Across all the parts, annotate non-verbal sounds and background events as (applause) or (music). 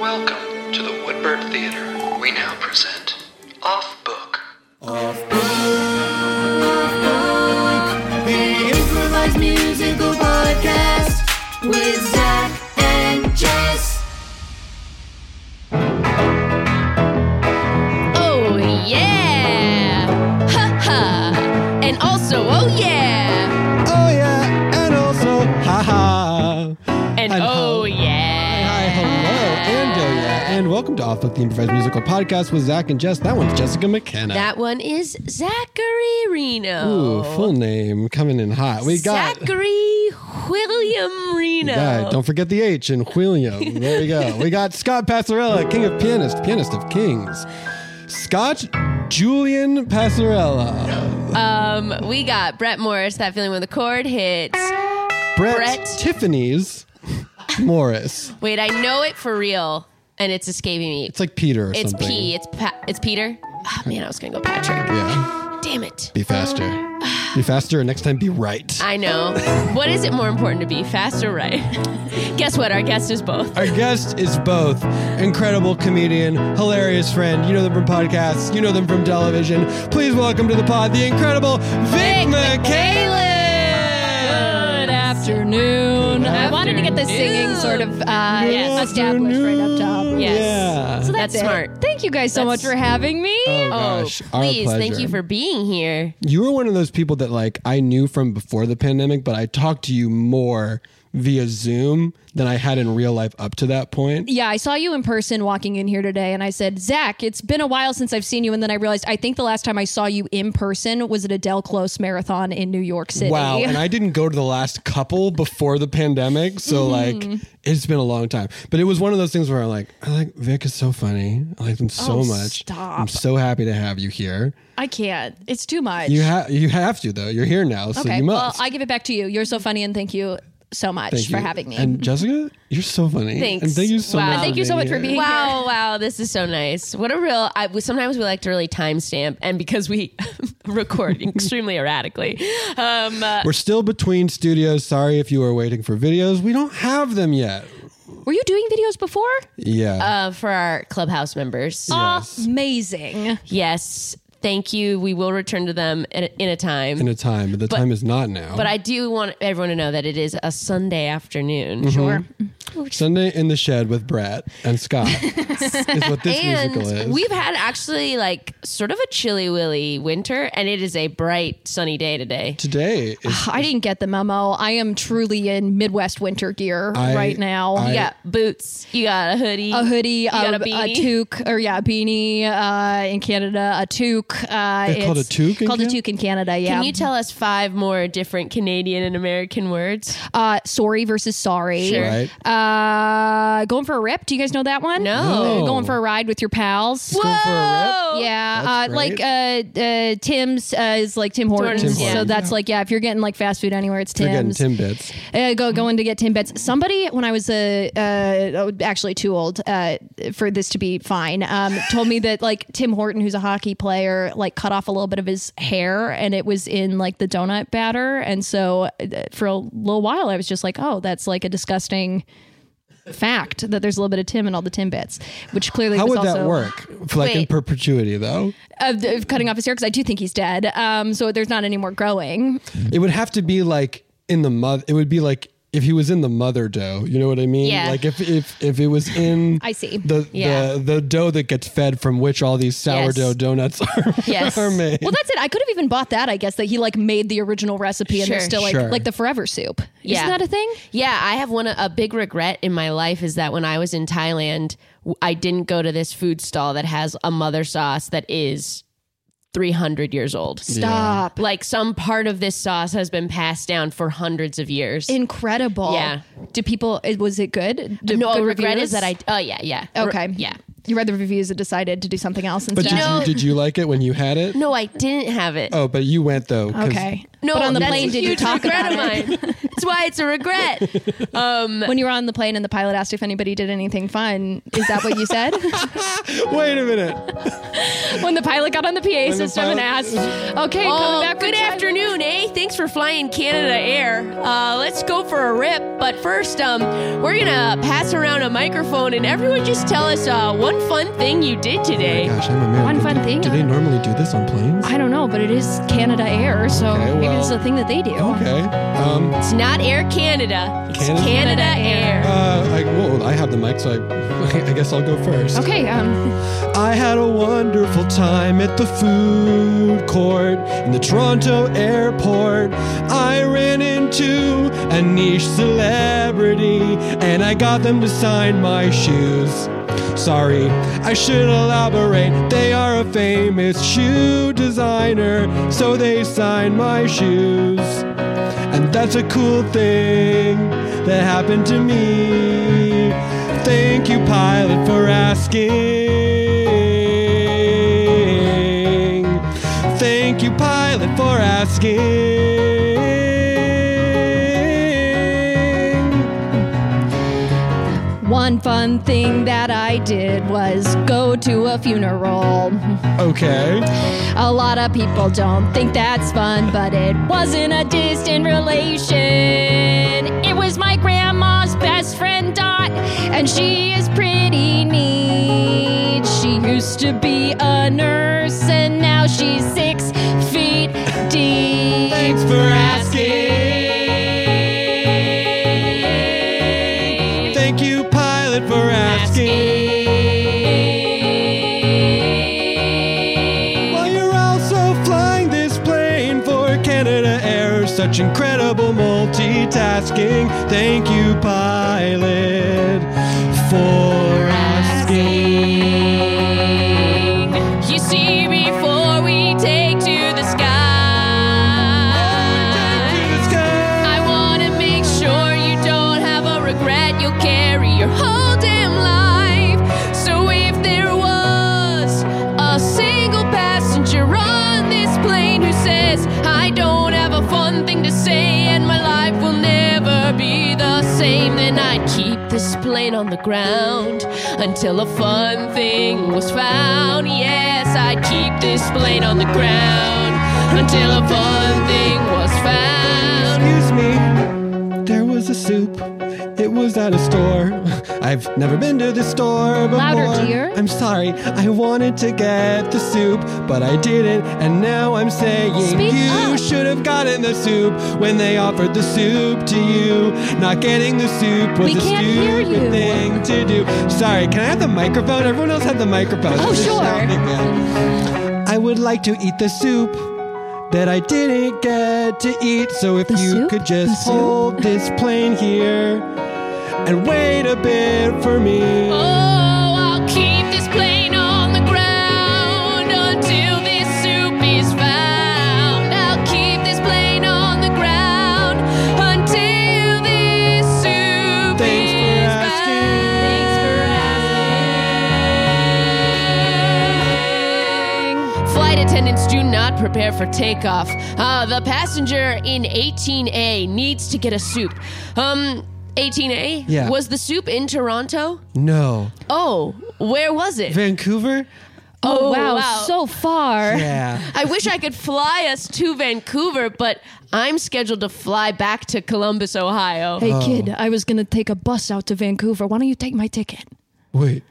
Welcome to the Woodbird Theater. We now present Off Book. Off book, off book, the improvised musical podcast with Zach and Jess. Oh yeah! Ha ha! And also, oh yeah! Oh yeah, and also, haha. And And oh ho- yeah! Hi, hello, and oh yeah, and welcome to Off Book, the improvised musical podcast with Zach and Jess. That one's Jessica McKenna. That one is Zachary Reno. Ooh, full name coming in hot. We got Zachary William Reno. Yeah, don't forget the H in William. There we (laughs) go. we got Scott Passarella, King of Pianists, Pianist of Kings. Scott Julian Passarella. um, we got Brett Morris. That feeling when the chord hits. Brett, Brett. Tiffany's Morris. Wait, I know it for real, and it's escaping me. It's like Peter or It's something. P. It's pa- It's Peter. Ah man, I was gonna go Patrick. Yeah. Damn (laughs) it. Be faster. Be faster and next time be right. I know. what is it more important to be, fast or right? (laughs) Guess what? Our guest is both. Our guest is both incredible comedian, hilarious friend. You know them from podcasts, you know them from television. Please welcome to the pod the incredible Vic, McCaleb. Good afternoon. I wanted to get the singing sort of uh, established right up top. Afternoon. Yes. Yeah. So That's it. smart. Thank you guys so That's- much for having me. Oh, Oh, gosh. Our please. Thank pleasure. you for being here. You were one of those people that like I knew from before the pandemic, but I talked to you more via Zoom than I had in real life up to that point. Yeah, I saw you in person walking in here today, and I said, Zach, it's been a while since I've seen you. And then I realized, I think the last time I saw you in person was at a Del Close marathon in New York City. Wow. And I didn't go to the last couple before the pandemic. So Mm-hmm. like it's been a long time. But it was one of those things where I'm like, I like Vic is so funny. I like them so Oh, much. stop. I'm so happy to have you here. (laughs) I can't. It's too much. You have you have to though. You're here now, so okay, you well, must. I give it back to you. You're so funny, and thank you so much Thank for you. having me. Uh, And Jessica, you're so funny. Thanks. And thank you so Wow. much. And thank you so much for here. being- Wow, wow, this is so nice. What a real. I, we, sometimes we like to really timestamp, and because we (laughs) record extremely erratically, um, uh, We're still between studios. Sorry if you were waiting for videos. We don't have them yet. Were you doing videos before? Yeah. uh, for our clubhouse members. Uh, Amazing. yes, thank you. We will return to them in, in a time. in a time, but the time is not now. but I do want everyone to know that it is a Sunday afternoon. Sure. Sunday in the shed with Brett and (laughs) Scott is what this musical is. And we've had actually like sort of a chilly willy winter, and it is a bright sunny day today. Today is I didn't get the memo. I am truly in Midwest winter gear I- right now. I- You got boots, you got a hoodie, a hoodie, got a, a a, beanie? toque, or yeah, a beanie uh, in Canada, a toque. Uh, They're called a it's toque in Called Can- a toque in Canada. Yeah. Can you tell us five more different Canadian and American words? uh, sorry versus sorry. Sure. right. Uh, going for a rip. Do you guys know that one? No. Uh, going for a ride with your pals. Going for a Oh, Yeah, That's uh, great. like uh, uh, Tim's uh, is like Tim Hortons, Tim so Hortons, that's like yeah. If you're getting like fast food anywhere, it's rip. We're getting Ah, Tim's. Timbits. Uh, go going to get Timbits. Somebody when I was uh, uh, actually too old uh, for this to be fine um, told me that like Tim Horton, who's a hockey player, like cut off a little bit of his hair and it was in like the donut batter, and so uh, for a little while I was just like, oh, that's like a disgusting fact that there's a little bit of Tim in all the Timbits, which clearly How was would that also- work? For, like in Wait. perpetuity, though, of, of cutting off his hair because I do think he's dead. Um, so there's not any more growing. it would have to be like in the mother. It would be like if he was in the mother dough, you know what I mean? Yeah. Like if if if it was in (laughs) I see. the Yeah. the the dough that gets fed from which all these sourdough Yes. donuts (laughs) are, Yes. are made. Well, that's it. I could have even bought that. I guess that he like made the original recipe, and they're Sure. still like Sure. like the forever soup. Yeah. Isn't that a thing? Yeah, I have one a big regret in my life is that when I was in Thailand, w- I didn't go to this food stall that has a mother sauce that is 300 years old. Stop. Like some part of this sauce has been passed down for hundreds of years. Incredible. Yeah. Do people? it- Was it good? Do no, good regret is reviews? that I Oh yeah, yeah. Re- Okay. yeah. You read the reviews and decided to do something else but instead. did you did you like it when you had it? No, I didn't have it. Oh, but you went though. 'cause- okay. No, But on the that's plane, a did you huge talk regret about it? of mine. That's why it's a (laughs) regret. When you were on the plane and the pilot asked if anybody did anything fun, is that what you said? (laughs) Wait a minute. (laughs) when the pilot got on the PA system and asked, pilot- "Okay, Oh, coming back good from Thailand." afternoon, eh? Thanks for flying Canada Air. Uh, let's go for a rip. But first, um, we're gonna pass around a microphone, and everyone just tell us uh, one fun thing you did today. Oh Gosh, I'm American. One fun do, thing Do on- they normally do this on planes? I don't know, but it is Canada Air, so Okay, maybe well- it's a thing that they do. okay. Um. It's not Air Canada. It's Canada? Canada, Air. Uh. I, well, I have the mic, so I. (laughs) I guess I'll go first. Okay, um, I had a wonderful time at the food court in the Toronto airport. I ran into a niche celebrity and I got them to sign my shoes. Sorry, I should elaborate. They are a famous shoe designer, so they signed my shoes. And that's a cool thing that happened to me. Thank you, pilot, for asking. Thank you, pilot, for asking. one fun thing that I did was go to a funeral. Okay. A lot of people don't think that's fun, but it wasn't a distant relation. It was my grandma's best friend, Dot, and she is pretty neat. She used to be a nurse, and now she's six feet deep. Thanks for asking. Thank you, pilot, for asking. Well, you're also flying this plane for Canada Air. Such incredible multitasking. Thank you, pilot, for asking. You see, before we take to the sky. To the sky. I want to make sure you don't have a regret you'll carry your whole damn life. So if there was a single passenger on this plane who says, I don't have a fun thing to say and my life will never be the same, then I'd keep this plane on the ground until a fun thing was found. Yes, I'd keep this plane on the ground until a fun thing was found. Excuse me. There was a soup. It was at a store. (laughs) I've never been to this store before. Louder, dear. I'm sorry. I wanted to get the soup, but I didn't, and now I'm saying Speak you up. should have gotten the soup when they offered the soup to you. Not getting the soup was We a can't hear stupid you. thing to do. Sorry. Can I have the microphone? Everyone else had the microphone. Oh, It's sure. sounding bad. I would like to eat the soup that I didn't get to eat. So if The you soup? could The just soup? hold this plane here and wait a bit for me. Oh, I'll keep this plane on the ground until this soup is found. I'll keep this plane on the ground until this soup Thanks for is asking. found. Thanks for asking. Flight attendants do not prepare for takeoff. Uh, the passenger in 18A needs to get a soup. Um, 18A? Yeah. Was the soup in Toronto? No. Oh, where was it? Vancouver? Oh, wow, wow. so far. Yeah. I wish I could fly us to Vancouver, but I'm scheduled to fly back to Columbus, Ohio. Hey, kid, I was going to take a bus out to Vancouver. Why don't you take my ticket? Wait.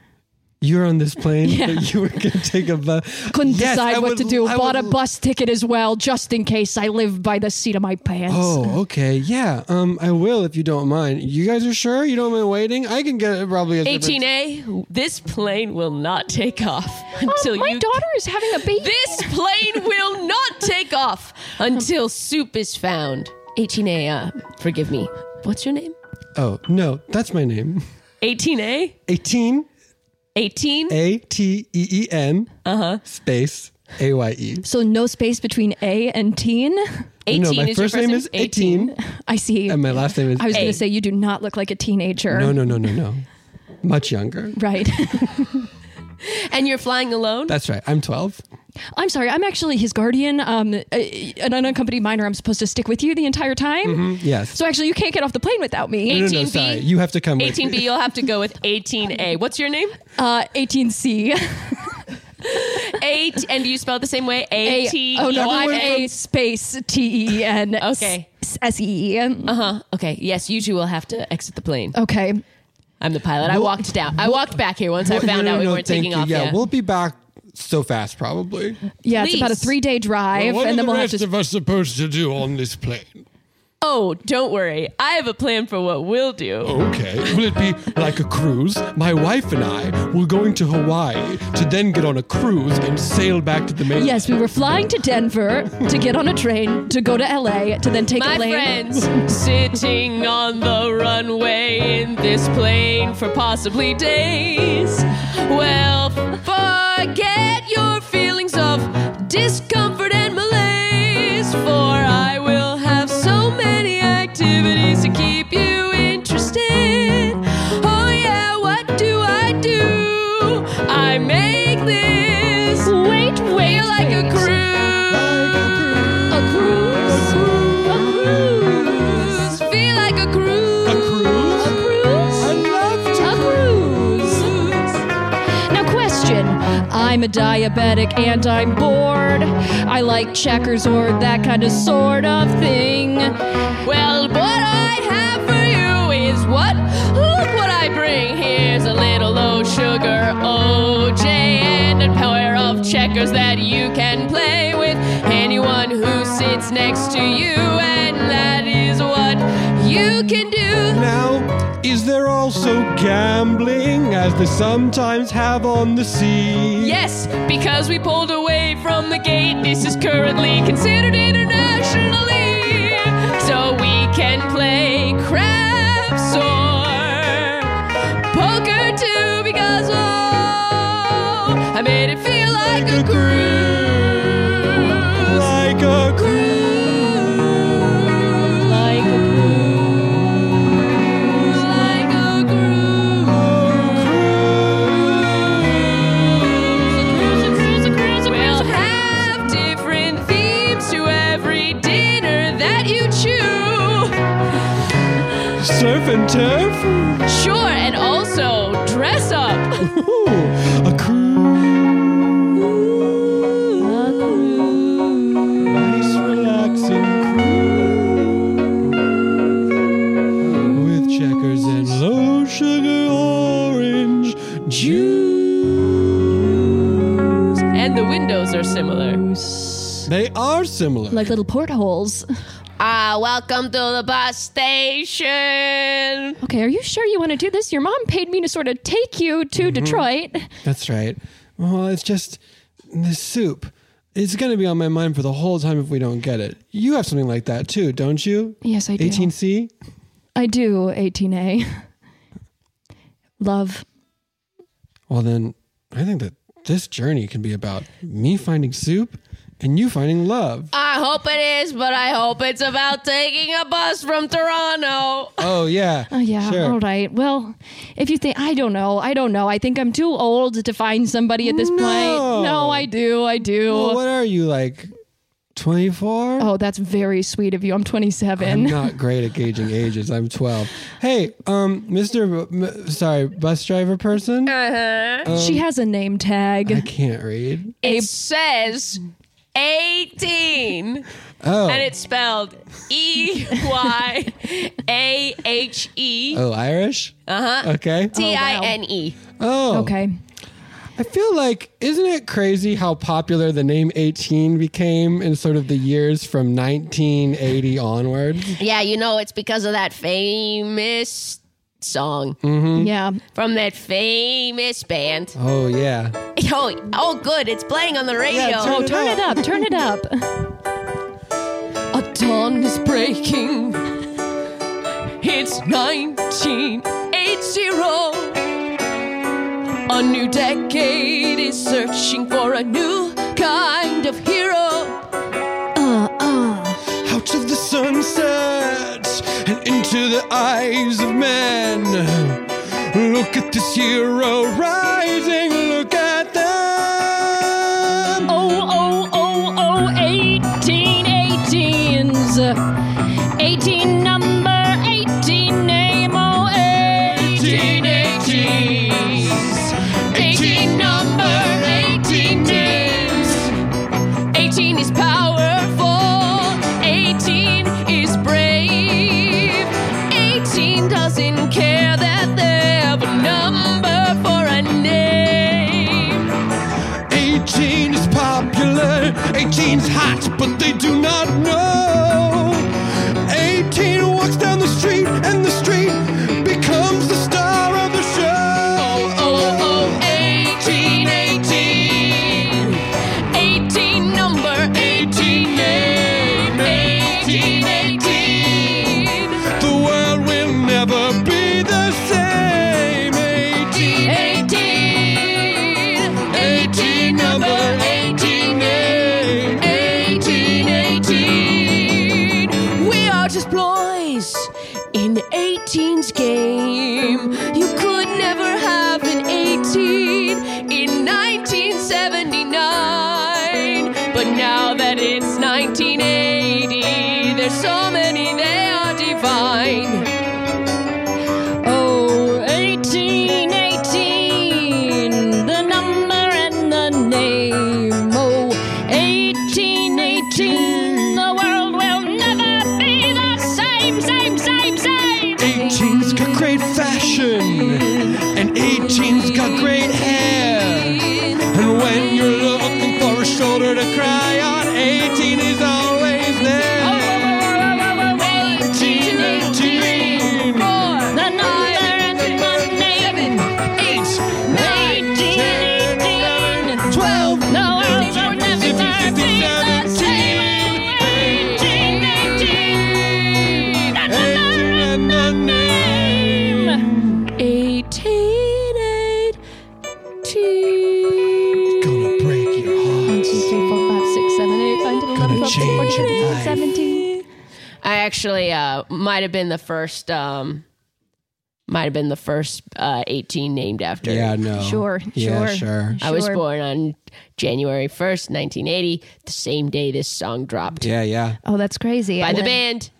You're on this plane, but (laughs) you were going to take a bus. Couldn't Yes, decide I what would- to do. I Bought a would- bus ticket as well, just in case I live by the seat of my pants. Oh, okay. Yeah. Um, I will if you don't mind. You guys are sure you don't mind waiting? I can get probably a different- 18A, this plane will not take off until Oh, my you. daughter is having a baby. This plane will not take off until soup is found. 18A, uh, forgive me. What's your name? Oh, no, that's my name. (laughs) 18A? 18 18? Eh. A T E E N uh-huh. space A Y E. so no space between A and teen. (laughs) 18 No, my is your first name is 18 I see. and my last (laughs) name is I was going A. to say you do not look like a teenager. No, no, no, no, no. Much younger. Right. (laughs) And you're flying alone? That's right. I'm 12. I'm sorry. I'm actually his guardian. Um, a- an unaccompanied minor. I'm supposed to stick with you the entire time. Mm-hmm. Yes. So actually, you can't get off the plane without me. no, no, no, 18B. sorry. You have to come with 18B, me. you'll have to go with 18A. What's your name? Uh, 18C. Eight, and do you spell it the same way? A- A T. oh no, I'm Y- A space T E N. Okay. S- S E E N. Uh-huh. Okay. Yes, you two will have to exit the plane. Okay. I'm the pilot. I walked down. I walked back here once I No, found no, out we no, weren't thank taking you. off. Yeah, we'll be back so fast probably. Yeah, it's about a Please. three day drive, and then we'll have to. us supposed to do on this plane? Oh, don't worry. I have a plan for what we'll do. Okay. Will it be like a cruise? My wife and I were going to Hawaii to then get on a cruise and sail back to the mainland. Yes, we were flying to Denver to get on a train to go to LA to then take My a plane. friends, sitting on the runway in this plane for possibly days. Well, forget your feelings of discomfort and malaise, for I will have so many activities to keep you interested. Oh, yeah, what do I do? I make this. Wait, wait. Feel like a wait. cruise. A cruise. Cruise. Feel like a cruise. A cruise? A cruise. I'd love to. A cruise. Now, question. I'm a diabetic and I'm bored. I like checkers or that kind of sort of thing. Well, what I have for you is what? Look what I bring. Here's a little low sugar OJ and a pair of checkers that you can play with anyone who sits next to you, and that is what you can do. Now, is there also gambling as they sometimes have on the sea? Yes, because we pulled away from the gate, this is currently considered internationally. So we can play craps or poker too, because oh, I made it feel like a cruise. Like a cruise. Like a cruise. Like a cruise. We'll have different themes to every dinner that you choose. Surf and turf? Sure, and also dress up. Ooh, a cruise. Nice, relaxing cruise. With checkers and low sugar orange juice. And the windows are similar. They are similar. Like little portholes. Ah, welcome to the bus station. Okay, are you sure you want to do this? Your mom paid me to sort of take you to Mm-hmm. Detroit. That's right. Well, it's just this soup. It's going to be on my mind for the whole time if we don't get it. You have something like that too, don't you? Yes, I do. 18C? I do, 18A. Love. Well, then I think that this journey can be about me finding soup and you finding love. Uh, I hope it is, but I hope it's about taking a bus from Toronto. Oh, yeah. Oh, yeah. Sure. All right. Well, if you think, I don't know. I don't know. I think I'm too old to find somebody at this No. point. No, I do. I do. Well, what are you, like 24? Oh, that's very sweet of you. I'm 27. I'm not great at gauging ages. I'm 12. Hey, um, Mr. B- m- sorry, bus driver person? Uh, she has a name Um, I tag. can't read. It says 18. Oh. And it's spelled E Y A H E Oh, Irish? Uh huh. Okay. T I N E. Oh. Uh-huh. Okay. I feel like, isn't it crazy how popular the name 18 became in sort of the years from 1980 onwards? Yeah, you know, it's because of that famous song Hmm? Yeah. from that famous band. Oh, yeah. Oh, oh, good. It's playing on the radio. Yeah, Oh, turn it up. Turn it up. A dawn is breaking. It's 1980. A new decade is searching for a new kind of hero. Out of the sunset and into the eyes of men. Look at this hero rising. Look at them. Oh, oh, oh, oh, 1818s. 18 number, 18 name, oh, 1818s. 18 number, 18 names. 18 is powerful, 18 is brave. 18 doesn't care that they have a number for a name. 18 is popular, 18's hot, but they do not know. 18 walks down the street, and the street becomes the star of the show. Oh, oh, 18, 18. 18 number, 18 name. 18, 18. The world will never be the same. 18, 18. 18 number, 18 name. 18, 18. We are just ploys in 18's game. You could never have an 18 in 1979. But now that it's 1980, there's so many they are divine. Oh, 1818, the number and the name. Oh, 1818, the world will never be the same, same, same, same. 18's got great fashion, and 18's got great hair. And when you're looking for a shoulder to cry on, 18 is always there. 18, The number and the name. 1818. 12, The world will never be the 15, same. 1818. The number 18 and the name. 1818. Gonna break your heart. Gonna change your life. I actually uh, might have been the first. Um, might have been the first uh, 18 named after. Yeah, no. Sure, Yeah, sure. sure. I was Sure. born on January 1st, 1980, the same day this song dropped Yeah, yeah. Oh, that's crazy. by I the went- band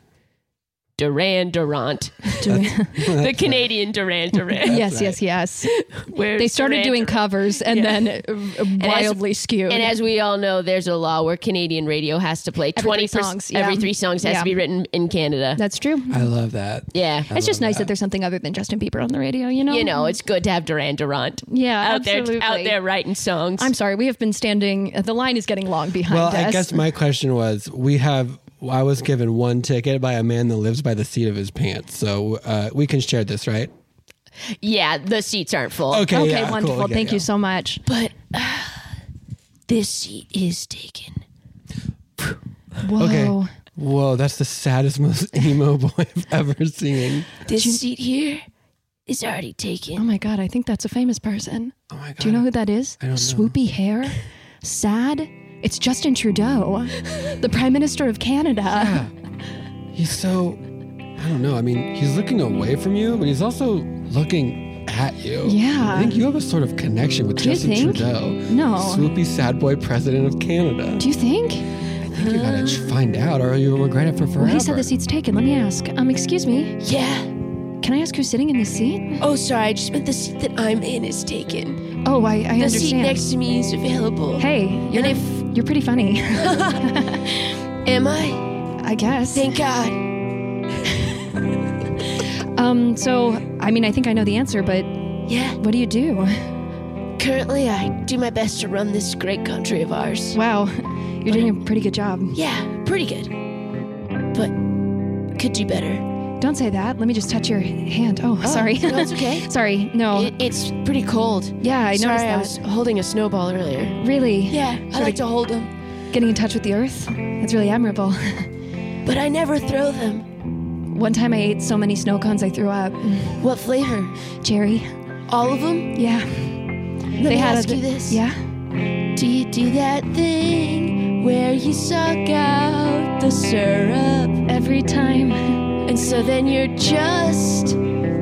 Duran Durant, the Canadian Duran (laughs) Duran. (laughs) Yes, yes, yes. Where They started Duran doing Duran- covers and then uh, wildly skewed. And as we all know, there's a law where Canadian radio has to play Every 20 three songs, Every yeah. three songs has Yeah. to be written in Canada. that's true. (laughs) I love that. yeah. It's just nice that. there's something other than Justin Bieber on the radio, you know? You know, it's good to have Duran Durant yeah, out absolutely. there out there writing songs. I'm sorry, we have been standing. uh, The line is getting long behind Well, us. I guess my question was we have. I was given one ticket by a man that lives by the seat of his pants. So uh, we can share this, right? yeah, the seats aren't full. Okay. okay, yeah, cool, wonderful. okay, Thank yeah. you so much. But uh, this seat is taken. Whoa. Okay. Whoa, that's the saddest, most (laughs) emo boy I've ever seen. This seat here is already taken. Oh my God, I think that's a famous person. Oh my god. Do you know who that is? don't know. Swoopy hair, sad. It's Justin Trudeau, (laughs) the Prime Minister of Canada. He's so. I don't know. I mean, he's looking away from you, but he's also looking at you. Yeah. I think you have a sort of connection with you Justin think? Trudeau. No. Swoopy sad boy president of Canada. Do you think? I think you gotta find out or you'll regret it for forever. Well, he said the seat's taken. Let me ask. Um, excuse me. Yeah. Can I ask who's sitting in this seat? Oh, sorry. I just meant the seat that I'm in is taken. Oh, I, I The understand. seat next to me is available. hey, you're, And if you're pretty funny. (laughs) am I? I guess. (laughs) Thank God. um, so, I mean, I think I know the answer, but Yeah. what do you do? Currently, I do my best to run this great country of ours. Wow, you're doing a pretty good job. Yeah, pretty good. But could do better. Don't say that. Let me just touch your hand. Oh, sorry. no, (laughs) it's okay. sorry. No. It, it's pretty cold. Oh. yeah, I Sorry, noticed that. I was holding a snowball earlier. really Yeah, I like to hold them, getting in touch with the earth. That's really admirable. (laughs) but I never throw them. One time I ate so many snow cones I threw up. What flavor? Jerry. All of them? Yeah. Let me ask you this. Yeah. Do you do that thing where you suck out the syrup? Every time. And so then you're just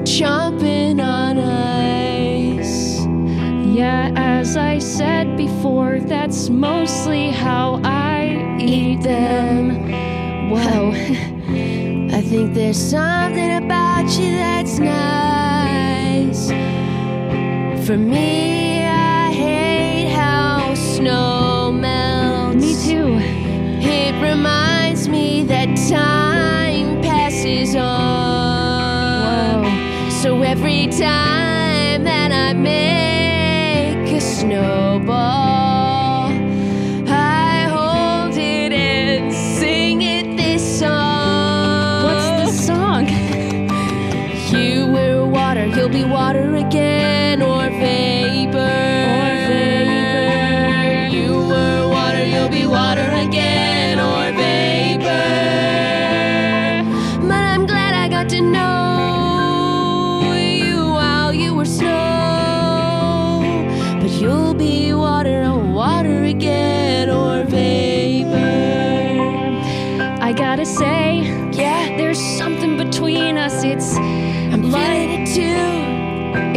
chomping on ice. Yeah, as I said before, that's mostly how I eat them. Whoa. (laughs) I think there's something about you that's nice. For me, I hate how snow melts. me too. It reminds me that time passes on. Whoa. So every time that I make a snowball, I hold it and sing it this song. What's the song? You were water, you'll be water again, or vapor. Or vapor. You were water, you'll be water again, or vapor. But I'm glad I got to know you while you were snow. But you'll be water, or water again, or vapor. I gotta say, Yeah, there's something between us. It's I'm feeling it too.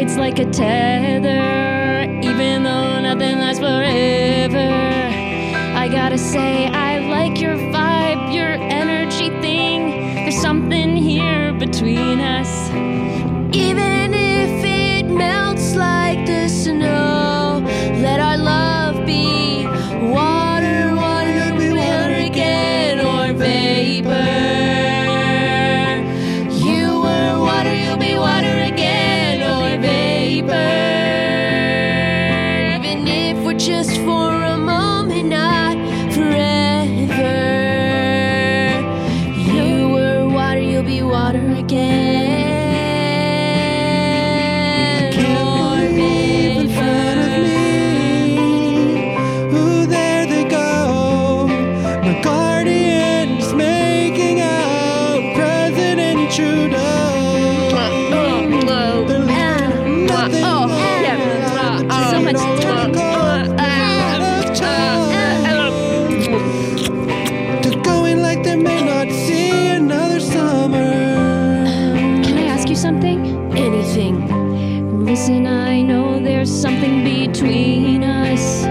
it's like a tether, even though nothing lasts forever. I gotta say, I like your vibe, your energy thing. There's something here between us. Even if it melts like the snow, let our love be water, water, water again, or vapor. You were water, you'll be water again, or vapor. Even if we're just for a moment, not forever. You were water, you'll be water again. Or in front of me. vapor. Ooh, there they go. My guardian's making out President Trudeau. They're leaving nothing Oh, on yeah. the So table. much Gonna go out of time. They're going like they may not see another summer. Can I ask you something? Anything. Listen, I know there's something between us,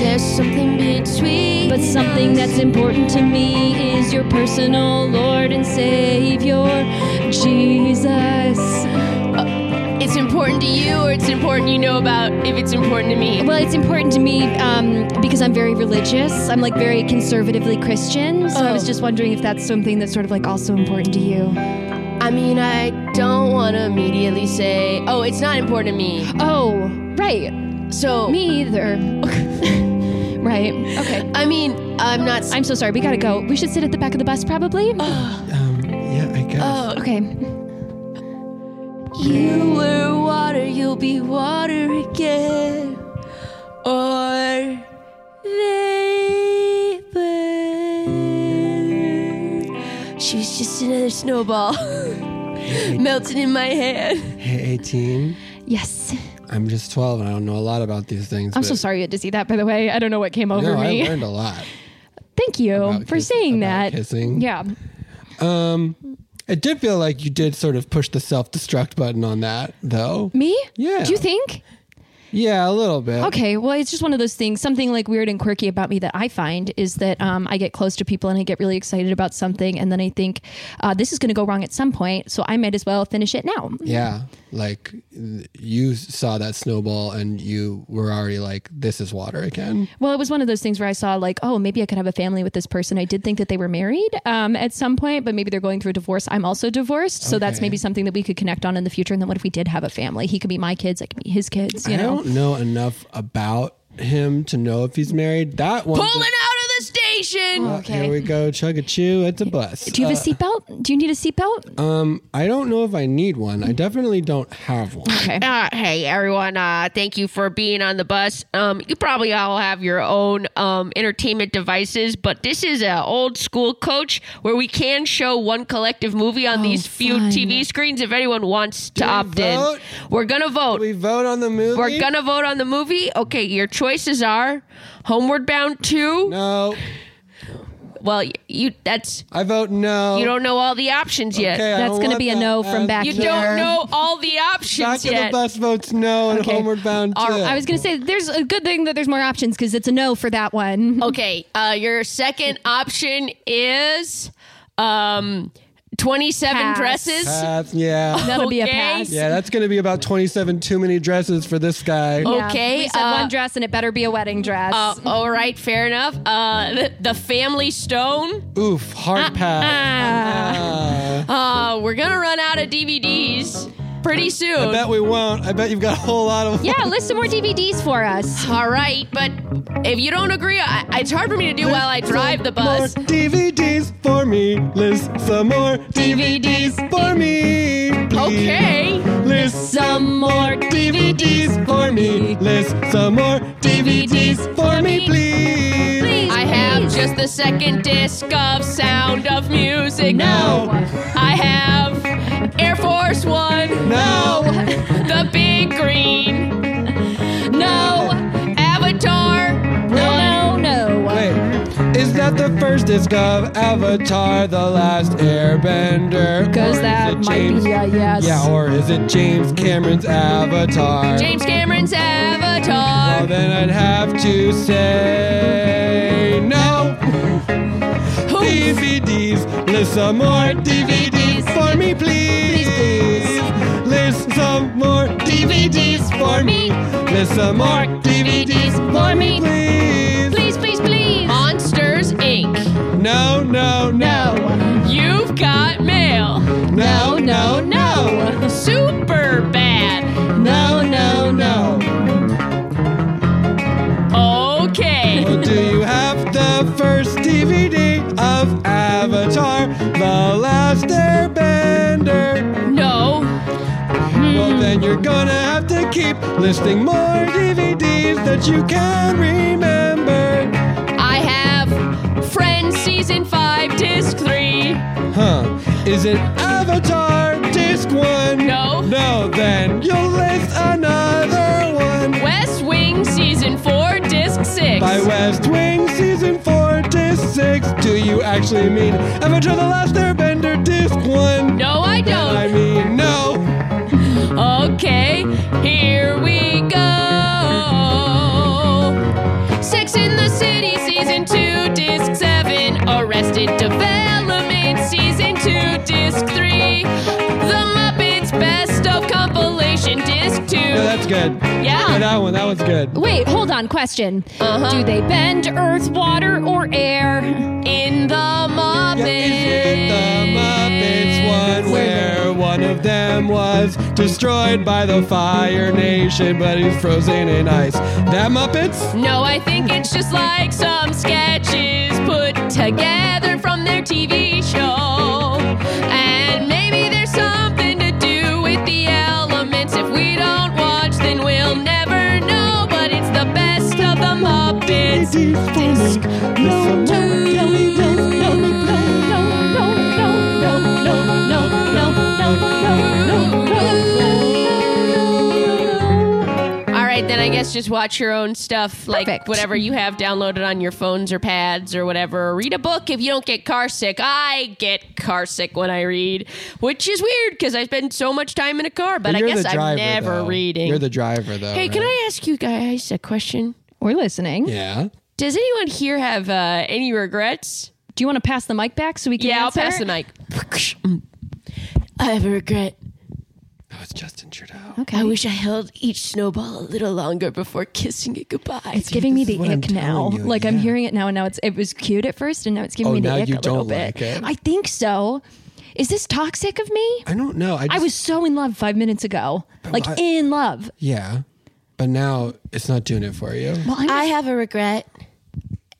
There's something between. but something that's important to me is your personal Lord and Savior, Jesus. It's important to you, or it's important you know about if it's important to me. Well, it's important to me um, because I'm very religious. I'm like very conservatively Christian. So I was Oh. just wondering if that's something that's sort of like also important to you. I mean, I don't want to immediately say, oh, it's not important to me. Oh, right. So, Me either. (laughs) right. Okay. I mean, I'm not. I'm so sorry. We gotta go. We should sit at the back of the bus, probably. Um, yeah, I guess. Oh. Okay. You were water, you'll be water again. Or vapor. She was just another snowball melting in my hand. Hey, 18. Yes. I'm just 12 and I don't know a lot about these things. I'm but- so sorry you had to see that. By the way, I don't know what came over No, I me. learned a lot. (laughs) Thank you about for kiss- saying about that. kissing. Yeah. It did feel like you did sort of push the self destruct button on that, though. Me? Yeah. Do you think? Yeah, a little bit. Okay, well, it's just one of those things. Something like weird and quirky about me that I find is that um, I get close to people and I get really excited about something, and then I think uh, this is going to go wrong at some point, so I might as well finish it now. Yeah. Like th- you saw that snowball and you were already like, this is water again. Well, it was one of those things where I saw like, oh, maybe I could have a family with this person. I did think that they were married um, at some point, but maybe they're going through a divorce. I'm also divorced, so that's Okay. maybe something that we could connect on in the future. And then what if we did have a family? He could be my kids, I could be his kids. You I know? don't don't know enough about him to know if he's married. That one. Pulling out of the station. Here we go, chug a chew. It's a bus. Uh, Do you have a seatbelt? Do you need a seatbelt? I don't know if I need one. I definitely don't have one. okay. Uh, hey everyone! Uh, thank you for being on the bus. Um, you probably all have your own um, entertainment devices, but this is an old school coach where we can show one collective movie on these few fun. TV screens. If anyone wants to Oh, we opt in, vote? we're gonna vote. We vote on the movie. We're gonna vote on the movie. Okay, your choices are Homeward Bound Two. No, Well, y- you that's I vote no. you don't know all the options yet. Oh. Okay, I That's don't gonna want be a that. no from Uh, back you here. don't know all the Back options to the yet. bus votes no and Okay. homeward bound too. All right, I was gonna say there's a good thing that there's more options because it's a no for that one. (laughs) Okay, uh, your second option is um, twenty-seven Pass. dresses. Pass, yeah. That'll be a okay. pass. Yeah, that's going to be about 27 too many dresses for this guy. Yeah, Okay, we said uh, one dress, and it better be a wedding dress. Uh, all right, fair enough. Uh, the, the Family Stone. Oof, Uh-uh. hard pass. Oh. Uh, Uh, we're gonna run out of DVDs pretty soon. I bet we won't. I bet you've got a whole lot of. yeah, list some more DVDs for us. All right, but if you don't agree, I, it's hard for me to do while I drive the More bus. DVDs for me. List some more DVDs for me. please. Okay. List Some more DVDs for me. List some more DVDs for me, please. I have just the second disc of Sound of Music. No. I have Air Force One, No. The Big Green, No, Avatar, No, no. Wait, is that the first disc of Avatar: The Last Airbender? Or Because is that it might James- be a yes. Yeah, or is it James Cameron's Avatar? James Cameron's Avatar. Well, then I'd have to say no. DVDs, list some more DVDs for me, please. List some more DVDs for me. List some more DVDs for me, please. Please, please, please. Monsters Inc. No, no, no. You've got mail. No, no, no. Super bad. No, no, no. Okay. Well, do you have the first DVD of Avatar, The Last Airbender? No. Well, then you're gonna have to keep listing more DVDs that you can remember. I have Friends Season 5, Disc 3. Huh. Is it Avatar Disc 1? No. No, then you'll list another one. West Wing Season 4, Disc 6. By West Wing Season 4, Disc 6. Do you actually mean Avatar The Last Airbender Disc 1? no, I I don't. mean, no. Okay, here we go. Sex in the City Season 2, Disc 7. Arrested Development Season 2, Disc 3. The Muppets Best of Compilation, Disc 2. No, that's good. Yeah. That one, that one's good. Wait, hold on. Question. Uh-huh. Do they bend earth, water, or air? in the Muppets. Yeah, is it the Muppets one where one of them was destroyed by the Fire Nation, but he's frozen in ice? That Muppets? No, I think it's just like some sketches put together from their TV show. And maybe there's something to do with the elements. If we don't watch, then we'll never know. But it's the best of the Muppets. Disc No, All right, then I guess just watch your own stuff, like Perfect. whatever you have downloaded on your phones or pads or whatever. Or read a book if you don't get car sick. I get car sick when I read, which is weird because I spend so much time in a car, but, I You're guess the driver, I'm never though. reading. You're the driver, though. hey, can right? I ask you guys a question? We're listening. Yeah. Does anyone here have uh, any regrets? Do you want to pass the mic back so we can Yeah, answer? I'll pass the mic. (laughs) I have a regret. That was Justin Trudeau. Okay. I wish I held each snowball a little longer before kissing it goodbye. It's giving me this is the what I'm ick now. telling you, Like I'm yeah. hearing it now, and now it's it was cute at first, and now it's giving Oh, me the now ick you a little don't bit. like it? I think so. Is this toxic of me? I don't know. I, just, I was so in love five minutes ago, like I- in love. Yeah. but now it's not doing it for you. Well, I'm I have a regret.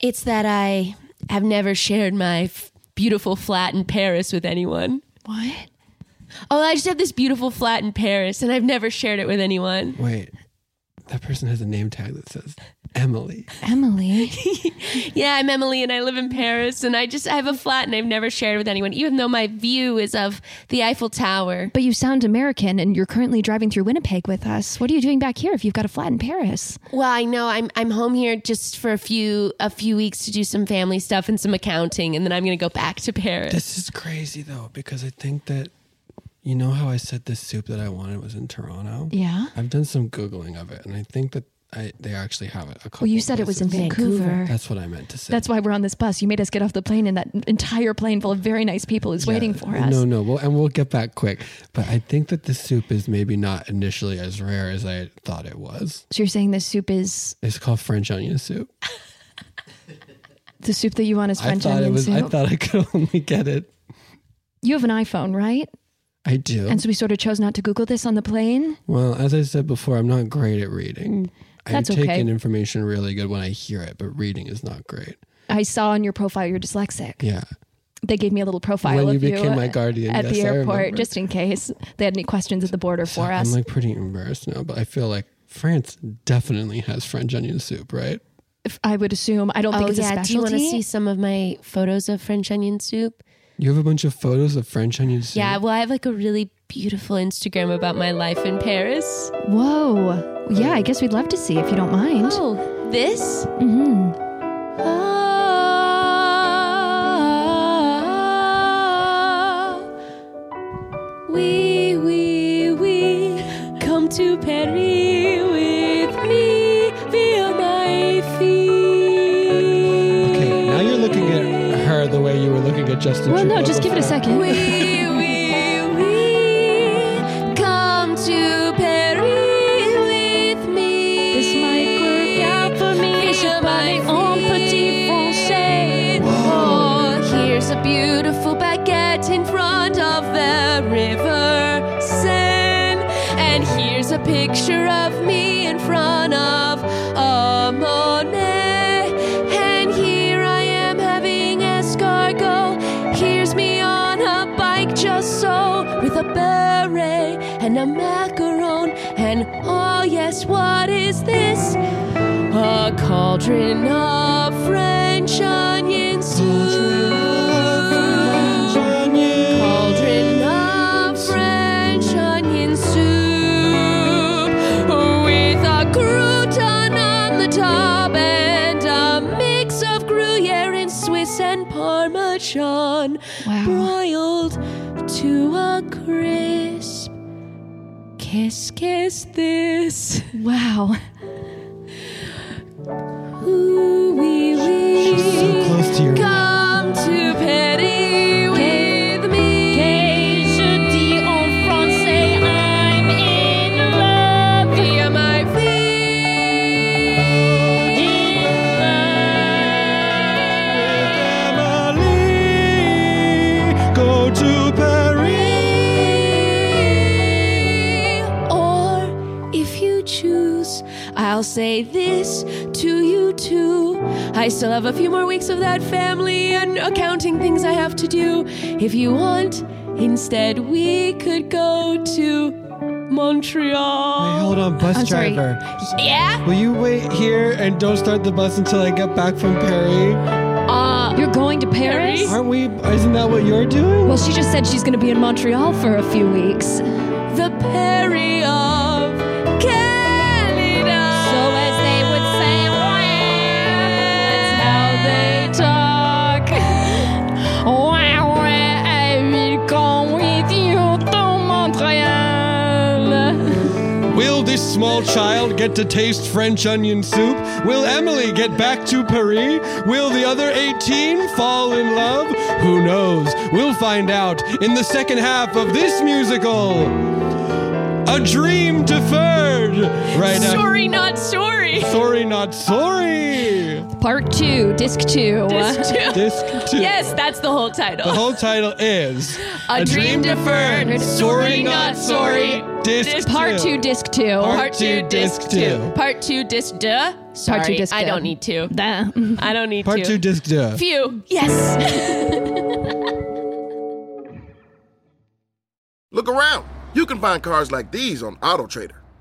It's that I have never shared my f- beautiful flat in Paris with anyone. what? Oh, I just have this beautiful flat in Paris, and I've never shared it with anyone. Wait, that person has a name tag that says Emily. Emily. Yeah, I'm Emily, and I live in Paris, and I just I have a flat, and I've never shared it with anyone, even though my view is of the Eiffel Tower. But you sound American and you're currently driving through Winnipeg with us. What are you doing back here if you've got a flat in Paris? Well, I know I'm I'm home here just for a few a few weeks to do some family stuff and some accounting, and then I'm gonna go back to Paris. This is crazy though, because I think that you know how I said the soup that I wanted was in Toronto. Yeah. I've done some googling of it, and I think that I they actually have it. A couple Well, you said it was in places. Vancouver. That's what I meant to say. That's why we're on this bus. You made us get off the plane, and that entire plane full of very nice people is waiting Yeah, for us. No, no, we'll, and we'll get back quick. But I think that the soup is maybe not initially as rare as I thought it was. So you're saying the soup is It's called French onion soup. the soup that you want is I French thought it onion was. soup? I thought I could (laughs) only get it. you have an iPhone, right? I do. And so we sort of chose not to Google this on the plane. Well, as I said before, I'm not great at reading. That's I take okay. in information really good when I hear it, but reading is not great. I saw on your profile you're dyslexic. Yeah. They gave me a little profile When of you you became uh, my guardian, at yes, the I airport, remember. just in case they had any questions at the border for I'm us. like pretty embarrassed now, but I feel like France definitely has French onion soup, right? If- I would assume. I don't think it's a Oh, do you want specialty. to see some of my photos of French onion soup? You have a bunch of photos of French onion soup. Yeah, well, I have like a really beautiful Instagram about my life in Paris. Whoa. Yeah, I guess we'd love to see if you don't mind. Oh, this? Mm-hmm. hmm Ah, we, we, we come to Paris with me via my feet. Okay, now you're looking at her the way you were looking at Justin. Well, no, Trudeau just give it a before. second. We, we, we come to Paris with me. This might work out for me. Via I should my parler en petit français. feet. Oh, here's a beautiful baguette in front of the river Seine. And here's a picture of me in front of a Monet. And here I am having escargot. Here's me on a bike just so with a beret and a macaron. And oh, yes, what is this? A cauldron of French onion soup. Cauldron of French onion soup. With a crouton on the top and a mix of Gruyere and Swiss and Parmesan. Wow. Broiled to a crisp. Kiss, kiss this. Wow. Ooh, wee, wee. She's so close to your Come to Paris with me. I'm in love. Via my feet. Emily, go to Or if you choose, I'll say this to you too. I still have a few more weeks of that family and accounting things I have to do. If you want, instead we could go to Hey, Montreal. hold on, bus I'm sorry. driver. Yeah? Will you wait here and don't start the bus until I get back from Perry? Uh, You're going to Paris? Aren't we? Isn't that what you're doing? Well, she just said she's going to be in Montreal for a few weeks. the Perry of Canada. So as they would say, that's how they talk. Wow, I will come with you to Montreal. Will this small child get to taste French onion soup? Will Emily get back to Paris? Will the other 18 fall in love? Who knows? We'll find out in the second half of this musical. A dream deferred. Right now. Sorry, not sorry. sorry, not sorry. Part two, disc two. Disc two. Disc two. Yes, that's the whole title. The whole title is A Dream Deferred, Sorry Not Sorry, Disc, Disc Part two, disc two. Part- Part two, disc two. Part two, disc duh. Sorry, disc I duh. don't need to. Duh. I don't need Part to. two, disc two. Phew. Yes. Look around. You can find cars like these on AutoTrader.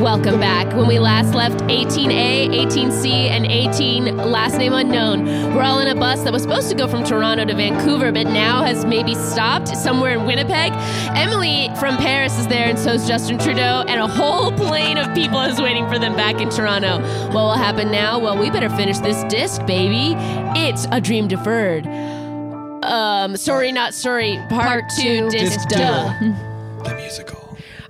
Welcome back. When we last left 18A, 18C, and 18 last name unknown, we're all in a bus that was supposed to go from Toronto to Vancouver, but now has maybe stopped somewhere in Winnipeg. Emily from Paris is there, and so is Justin Trudeau, and a whole plane of people is waiting for them back in Toronto. What will happen now? Well, we better finish this disc, baby. It's a dream deferred. Um, sorry, not sorry. Part, two, two, disc, disc duh. duh. The musical.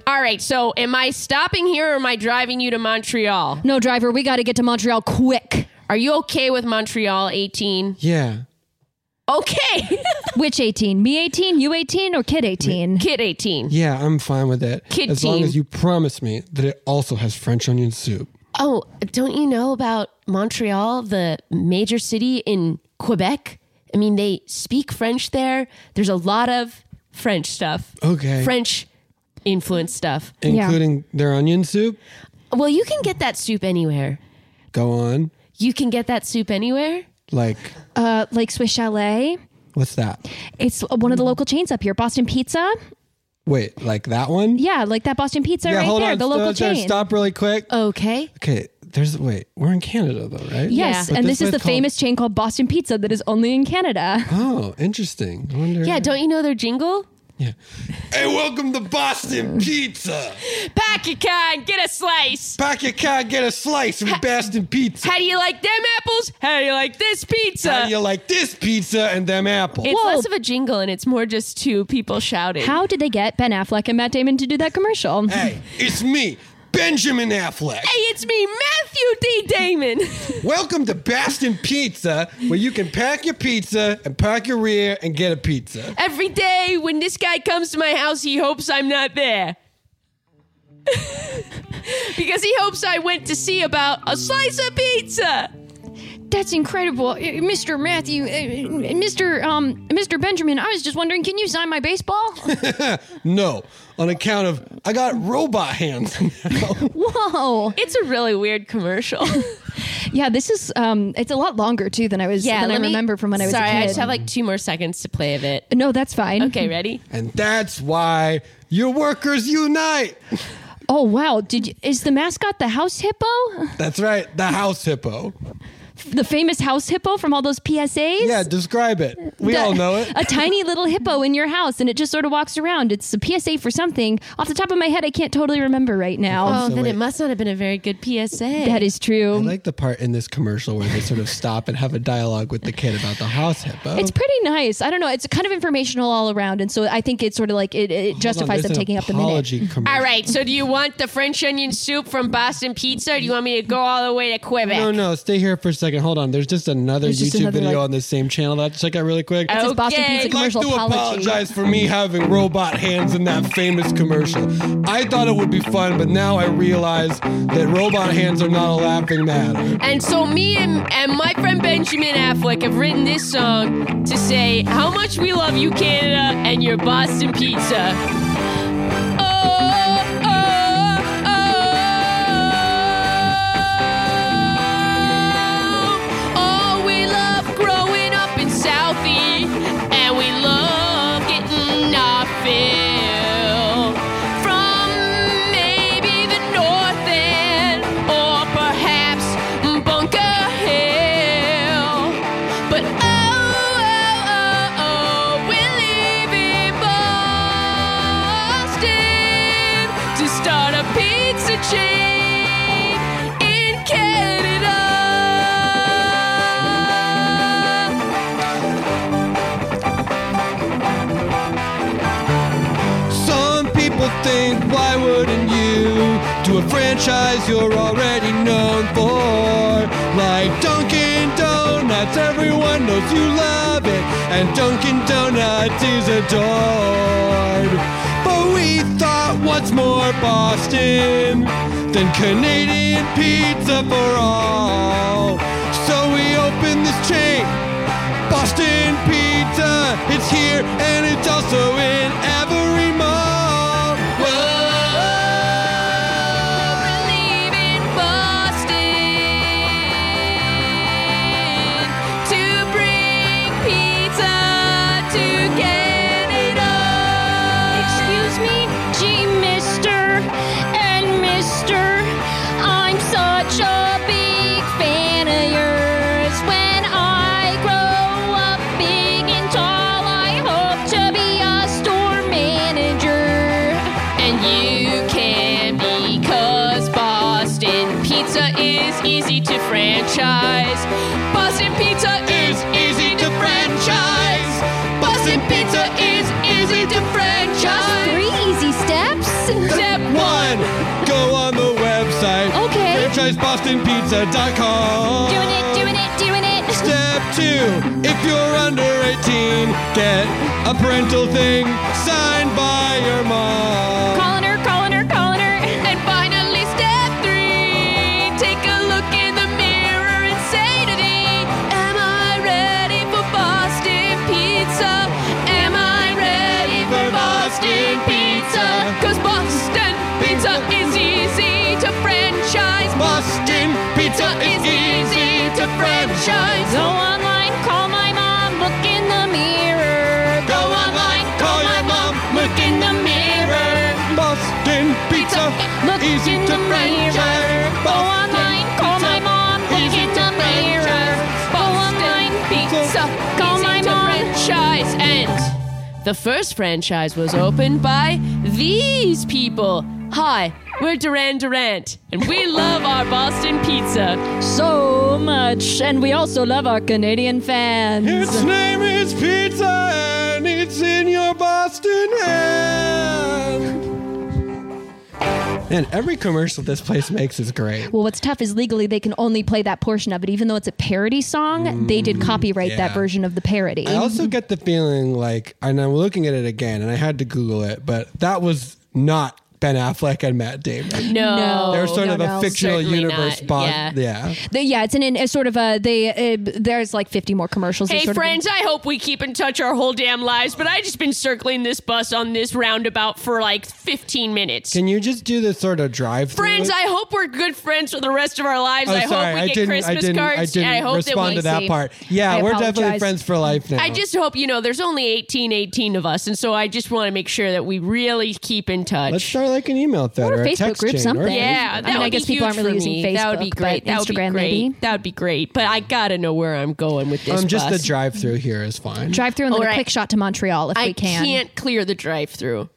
All right, so am I stopping here or am I driving you to Montreal? No, driver, we got to get to Montreal quick. Are you okay with Montreal 18? Yeah. Okay. (laughs) Which 18? Me 18, you 18, or kid 18? Kid 18. Yeah, I'm fine with that. Kid as long team. as you promise me that it also has French onion soup. Oh, don't you know about Montreal, the major city in Quebec? I mean, they speak French there. There's a lot of French stuff. Okay. French influence stuff. Including their onion soup. Well, you can get that soup anywhere. Go on. You can get that soup anywhere? Like, Uh, Lake Swiss Chalet. what's that? It's one of the local chains up here. Boston Pizza. Wait, like that one? Yeah, like that Boston Pizza right there, the local stop, uh, stop, chain. Stop really quick. Okay. Okay, there's wait. We're in Canada though, right? Yes, But and this, is place the called- famous chain called Boston Pizza that is only in Canada. Oh, interesting. I wonder. Yeah, don't you know their jingle? Yeah. Hey, welcome to Boston Pizza. Pack your car and get a slice. Pack your car, get a slice of Boston Pizza. How do you like them apples? How do you like this pizza? How do you like this pizza and them apples? it's Whoa. less of a jingle and it's more just two people shouting. How did they get Ben Affleck and Matt Damon to do that commercial? hey, it's me, Benjamin Affleck. Hey, it's me, Matthew D. (laughs) Damon. Welcome to Boston Pizza, where you can pack your pizza and park your rear and get a pizza. Every day when this guy comes to my house, he hopes I'm not there. (laughs) because he hopes I went to see about a slice of pizza. That's incredible, Uh, Mr. Matthew, uh, uh, Mr. Um, Mr. Benjamin. I was just wondering, can you sign my baseball? No, on account of I got robot hands. (laughs) Whoa! It's a really (laughs) weird commercial. (laughs) Yeah, this is um, it's a lot longer too than I was than I let me- remember from when I was Sorry, a kid. I just have like two more seconds to play of it. no, that's fine. Okay, ready? and that's why your workers unite. Oh wow! Did you, is the mascot the house hippo? That's right, the house hippo. The famous house hippo from all those PSAs? Yeah, describe it. We The- all know it. A tiny little hippo in your house, and it just sort of walks around. It's a PSA for something. Off the top of my head, I can't totally remember right now. Oh, So then wait. it must not have been a very good PSA. That is true. I like the part in this commercial where they sort of stop and have a dialogue with the kid about the house hippo. It's pretty nice. I don't know. It's kind of informational all around, and so I think it's sort of like it, it justifies them taking up the minute. apology commercial. All right, so do you want the French onion soup from Boston Pizza or do you want me to go all the way to Quebec? No, no, stay here for a second. Hold on. There's just another There's YouTube just another, video like- on this same channel that I have to check out really quick. It's Oh, a Boston Okay. Pizza I'd I'd like commercial to apology. apologize (laughs) for me having robot hands in that famous commercial. I thought it would be fun, but now I realize that robot hands are not a laughing matter. And so me and, and my friend Benjamin Affleck have written this song to say how much we love you, Canada, and your Boston pizza. Oh, oh, oh. Oh, we love growing up in Southie, and we love getting our fill from maybe the North End or perhaps Bunker Hill. But oh, oh, oh, oh, we're leaving Boston to start a pizza chain in Canada. Some people think, why wouldn't you do a franchise you're already known for? Like Dunkin' Donuts. because you love it, and Dunkin' Donuts is adored. But we thought, what's more Boston than Canadian pizza for all? So we opened this chain. Boston Pizza. It's here and it's also in every mall. Whoa. Believe in Boston to bring pizza to Canada. Excuse me, gee, mister and mister. I'm such a big fan of yours. When I grow up big and tall, I hope to be a store manager. And you can because Boston pizza is easy to franchise. Boston pizza is easy to franchise. Boston pizza is easy to franchise. Three easy steps. (laughs) Step One. Go on the website. Okay. FranchiseBostonPizza.com. Doing it, doing it, doing it. Step two. If you're under 18, get a parental thing signed by your mom. Calling her, calling her, calling her. (laughs) And finally, step three. Take a look in the mirror and say to thee, Am I ready for Boston pizza? Am I ready for Boston pizza? Cause Boston pizza is easy to franchise. Boston pizza is easy to franchise. Go online, call my mom, look in the mirror. Go online, call your mom, look in the mirror. Boston pizza, Look easy in to the franchise. mirror. Go Boston online, call my mom, look easy in to the mirror. Go online, Pizza, Call easy my to mom. franchise. And the first franchise was opened by these people. Hi, we're Duran Durant, and we love our Boston pizza. so much, and we also love our Canadian fans. Its name is pizza, and it's in your Boston hand. Man, every commercial this place makes is great. Well, what's tough is legally they can only play that portion of it, even though it's a parody song. they did copyright Mm, yeah. that version of the parody. I also get the feeling like, and I'm looking at it again, and I had to Google it, but that was not Ben Affleck and Matt Damon. No. No. They're sort no, of a no. fictional Certainly universe. not. Bo- Yeah. yeah. They- yeah, it's an in, it's sort of a they. Uh, there's like 50 more commercials. They Hey, sort of- friends, I hope we keep in touch our whole damn lives, but I just been circling this bus on this roundabout for like 15 minutes. Can you just do the sort of drive? Friends, I hope we're good friends for the rest of our lives. Oh, I sorry, hope we I get didn't, Christmas I didn't, cards. I didn't and I hope respond that we to that see. part. Yeah, I we're definitely apologize. friends for life now. Mm-hmm. I just hope you know there's only 18, 18 of us, and so I just want to make sure that we really keep in touch. let's start like an email thread Or a or, a Facebook text group, chain, or something. a- yeah, I that mean, I would guess be people aren't huge really for using me. That would be Facebook, but great. That would be Instagram, great. maybe. That would be great. But I gotta know where I'm going with this. Um, just the bus. drive through here is fine. drive through and then All right. a quick shot to Montreal if I we can. can't clear the drive-through.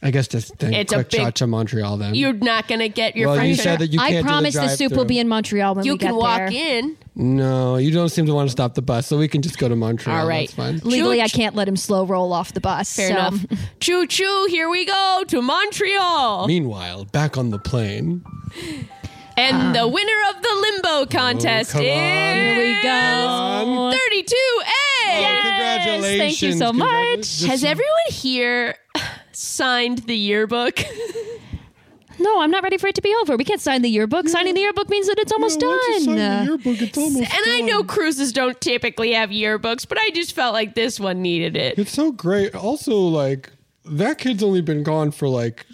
I guess just then It's a quick big- shot to Montreal then. You're not gonna get your well, you friendship. said that you can't I do promise the, the, soup will drive-thru. be in Montreal when you we can get walk there. in. No, you don't seem to want to stop the bus, so we can just go to Montreal. All right. That's fine. Legally, Choo- I can't let him slow roll off the bus. Fair so. enough. Choo choo, here we go to Montreal. Meanwhile, back on the plane. and the winner of the limbo contest Oh, come on. is Here we go. 32A. Congratulations. thank you so Congratu- much. just- Has everyone here signed the (laughs) yearbook? No, I'm not ready for it to be over. We can't sign the yearbook. Signing the yearbook means that it's almost Well, once you sign done. the yearbook, it's almost And I done. know cruises don't typically have yearbooks, but I just felt like this one needed it. It's so great. Also, like that kid's only been gone for like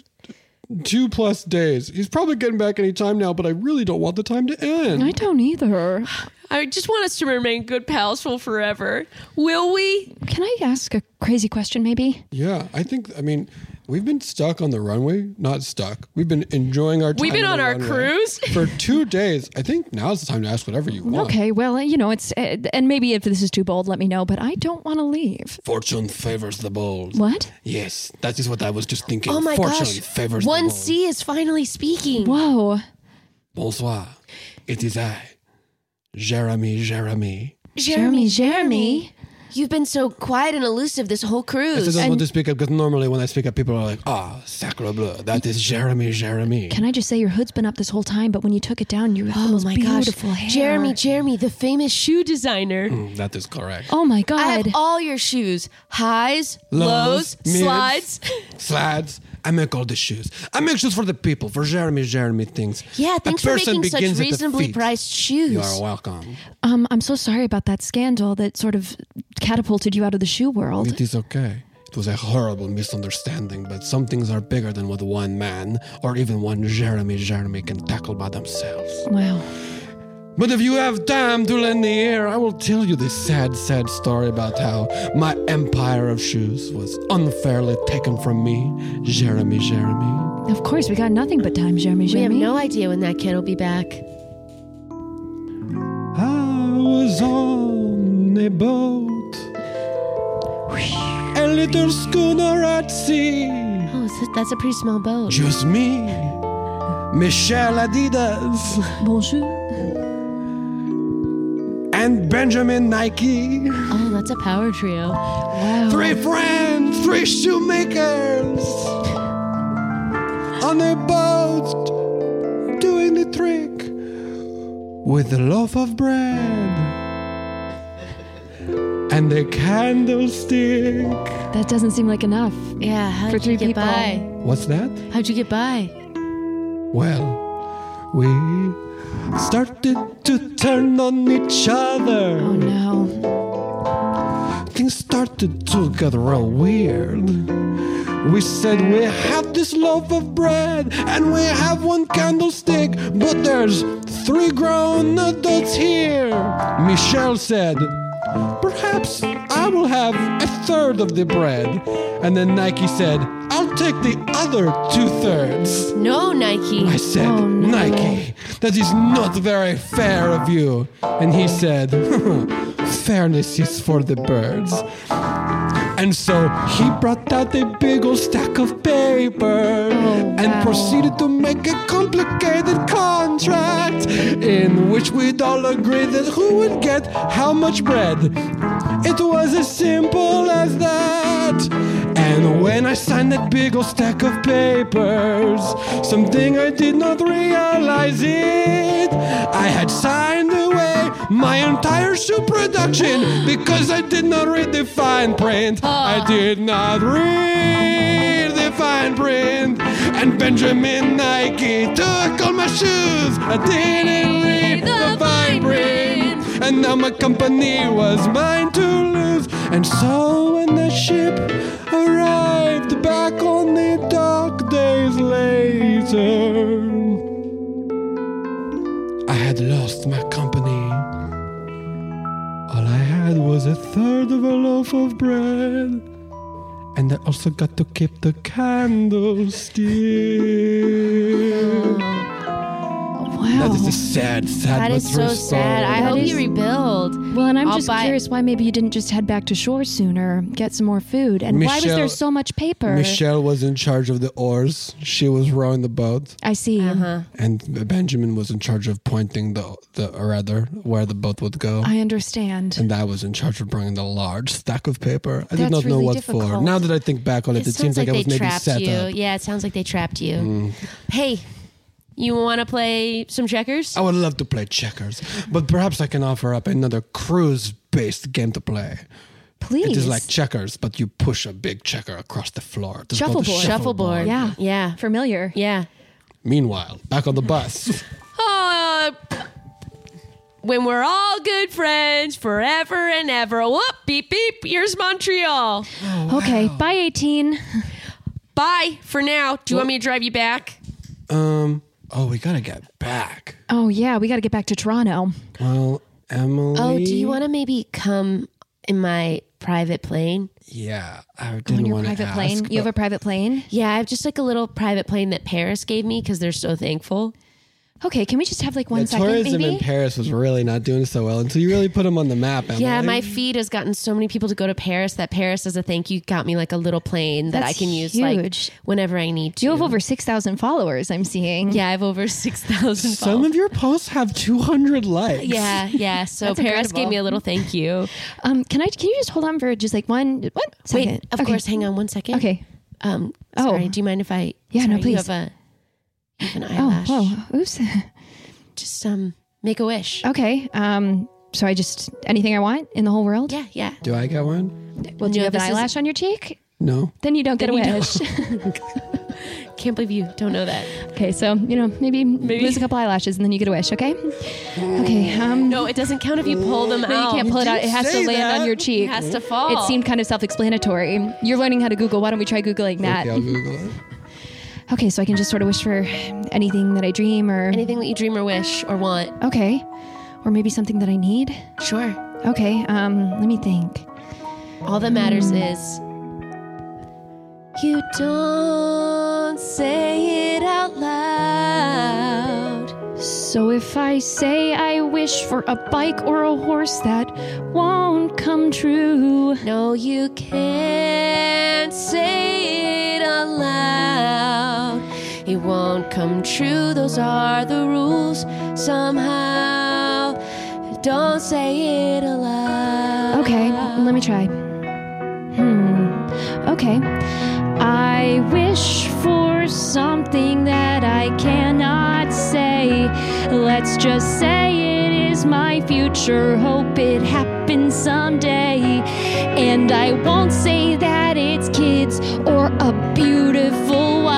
two plus days. He's probably getting back any time now, but I really don't want the time to I end. don't either. I just want us to remain good pals for forever. Will we? Can I ask a crazy question, maybe? Yeah, I think. I mean, we've been stuck on the runway. Not stuck. We've been enjoying our. time We've been on the our runway cruise. for two days. I think now's the time to ask whatever you want. Okay, well, you know, it's. Uh, and maybe if this is too bold, let me know, but I don't want to leave. Fortune favors the bold. What? Yes, that is what I was just Oh thinking. Fortune favors the bold. is finally speaking. Whoa. Bonsoir. It is I, Jeremy. Jeremy. Jeremy, Jeremy. You've been so quiet and elusive this whole I cruise. just want to speak up because normally when I speak up, people are like, ah, sacre bleu, that is Jeremy, Jeremy. Can I just say your hood's been up this whole time, but when you took it down, you had the oh most my gosh, beautiful hair. Jeremy, Jeremy, the famous shoe designer. Mm, that is correct. Oh my I have god. all your shoes, highs, Lows, lows, mids. slides. Slads. I make all the shoes. I make shoes for the people, for Jeremy, Jeremy things. Yeah, A thanks for person making such begins at the reasonably feet. priced shoes. You are welcome. um, I'm so sorry about that scandal that sort of catapulted you out of the shoe world. It is okay. It was a horrible misunderstanding, but some things are bigger than what one man or even one Jeremy Jeremy can tackle by themselves. Wow. But if you have time to lend the ear, I will tell you this sad, sad story about how my empire of shoes was unfairly taken from me, Jeremy Jeremy. Of course, we got nothing but time, Jeremy. (laughs) We have Jeremy. no idea when that kid will be back. I was on a boat, a little schooner at sea. Oh, it's that's a pretty small boat. Just me, Michelle Adidas, Bonjour. and Benjamin Nike. Oh, that's a power trio. Three friends, three shoemakers on a boat doing the trick with a loaf of bread and a candlestick. That doesn't seem like enough. Yeah, how'd For you three get people. by? What's that? How'd you get by? Well, we started to turn on each other. Oh no. things started to get real weird. We said we have this loaf of bread and we have one candlestick, but there's three grown adults here. Michelle said, Perhaps I will have a third of the bread. And then Nike said, I'll take the other two thirds. No, Nike. I said, Nike, that is not very fair of you. And he said, (laughs) Fairness is for the birds. And so he brought out a big old stack of paper and proceeded to make a complicated contract in which we'd all agree that who would get how much bread. It was as simple as that. And when I signed that big old stack of papers, something I did not realize it. I had signed away my entire shoe production because I did not read the fine print. I did not read the fine print. And Benjamin Nike took all my shoes. I didn't read the fine print. And now my company was mine to lose. And so when the ship arrived back on the dock days later, I had lost my company. All I had was a third of a loaf of bread. And I also got to keep the candlestick. Wow. That is a sad, sad That but is true so sad. I That hope is- you rebuild. well, and I'm I'll just buy- curious why maybe you didn't just head back to shore sooner, get some more food, and why was Michelle- there so much paper? Michelle was in charge of the oars. She was rowing the boat, I see. and Benjamin was in charge of pointing the the or rather where the boat would go. I understand. and I was in charge of bringing the large stack of paper. I did That's not know really what for. difficult. Now that I think back on it, it, seems like, I was they maybe trapped set you. up. Yeah, it sounds like they trapped you. Hey, you want to play some checkers? I would love to play checkers, but perhaps I can offer up another cruise-based game to play. Please. It is like checkers, but you push a big checker across the floor. It is called Shuffleboard. the Shuffleboard. yeah. Yeah. Familiar. Yeah. Meanwhile, back on the bus. Uh, when we're all good friends forever and ever. Whoop, beep, beep. Here's Montreal. okay. Bye, 18. Bye for now. Do you want me to drive you back? Um. Oh, we gotta get back. Oh, yeah. We got to get back to Toronto. Well, Emily. Oh, do you want to maybe come in my private plane? Yeah, I On didn't your want to private ask. plane. You have a private plane? Yeah, I have just like a little private plane that Paris gave me because they're so thankful. Okay, can we just have like one the second, tourism maybe? in Paris was really not doing so well until you really put them on the map. Emily. Yeah, my feed has gotten so many people to go to Paris that Paris as a thank you got me like a little plane that That's I can use huge. like whenever I need to. you have over six thousand followers. I'm seeing. yeah, I have over (laughs) six thousand. Some of your posts have 200 likes. yeah, yeah. So That's Paris incredible. gave me a little thank you. Um. Can I? Can you just hold on for just like one? What? Wait, Second. of Okay. course. Hang on one second. Okay. Um. Oh. Sorry. Do you mind if I? Yeah, no, sorry, You please. have a. You have an Oh. eyelash. Whoa. Oops. (laughs) Just um. Make a wish. Okay. Um. So I just anything I want in the whole world. Yeah, yeah. Do I get one? Well, do No, you have an this is- eyelash on your cheek? No. Then you don't get a Then you wish. Can't believe you don't know that. okay. So you know maybe, lose a couple eyelashes and then you get a wish. Okay. Okay. Um. No, it doesn't count if you pull them You out. can't pull it out. It has to say land on that. your cheek. It has to fall. It seemed kind of self-explanatory. You're learning how to Google. Why don't we try googling that? Okay, I'll Google it. (laughs) Okay, so I can just sort of wish for anything that I dream or anything that you dream or wish or want. okay, or maybe something that I need. Sure. Okay, um, let me think. All that matters is you don't say it out loud. So if I say I wish for a bike or a horse, that won't come true. No, you can't say it out loud. It won't come true. Those are the rules somehow. Don't say it aloud. Okay, let me try. Hmm. Okay. I wish for something that I cannot say. Let's just say it is my future. Hope it happens someday. And I won't say that it's kids or a beautiful wife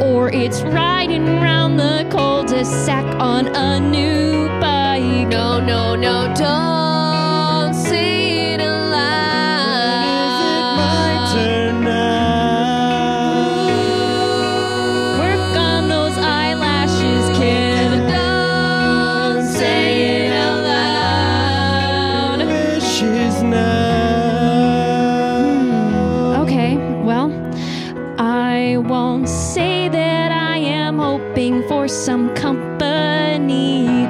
or it's riding round the cul de sac on a new bike. No, no, no, don't say it aloud. turn Work on those eyelashes, kid. Don't say it aloud. Wishes now. Okay, well, I won't say that I am hoping for some company.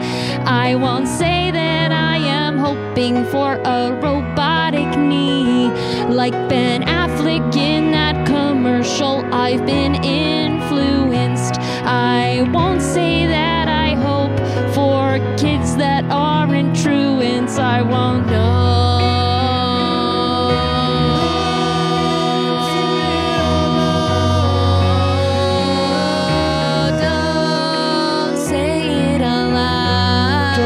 I won't say that I am hoping for a robotic knee. Like Ben Affleck in that commercial, I've been influenced. I won't say that I hope for kids that aren't truants. I won't Don't say it aloud.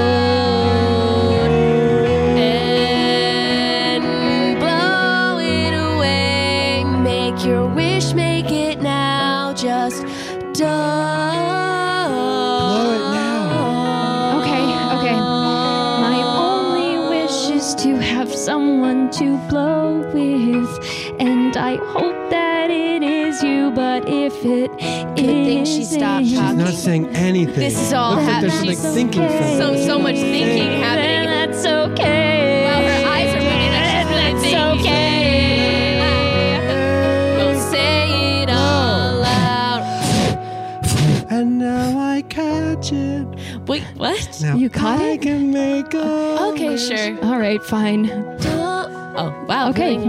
And blow it away. Make your wish, make it now. Just don't. Blow it now. Okay, okay. My only wish is to have someone to blow with, and I hope that it is you. But if it Good thing she stopped isn't, talking. Not saying anything. This is all Looks like happening. there's something She's thinking okay. something. So, so much then thinking happening. that's okay. Wow, her eyes are winning. That's That's okay. Don't say it all out. And now I catch it. Wait, what? Now You caught I it? can make a Okay, sure. All right, fine. Oh, wow. Okay, really?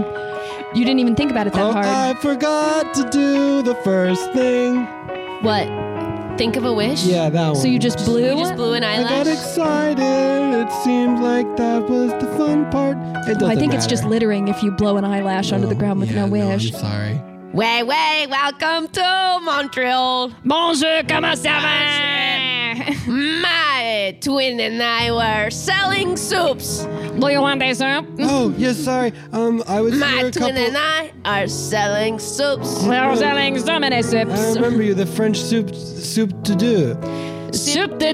you didn't even think about it that Oh, hard. I forgot to do the first thing. What? Think of a wish? Yeah, that one. so you just blew. You just blew an I got eyelash? excited. It seemed like that was the fun part. It doesn't I think it's matter. just littering if you blow an eyelash onto the ground with Yeah, no wish. I'm sorry. Way, way, welcome to Montreal. Bonjour, comment ça va? My twin and I were selling soups. Do you want this up? Mm-hmm. Oh, yes, sorry. Um, I was here My a twin couple. and I are selling soups. We're selling so many I Um, soups. remember you, the French soup soup to do. Soup de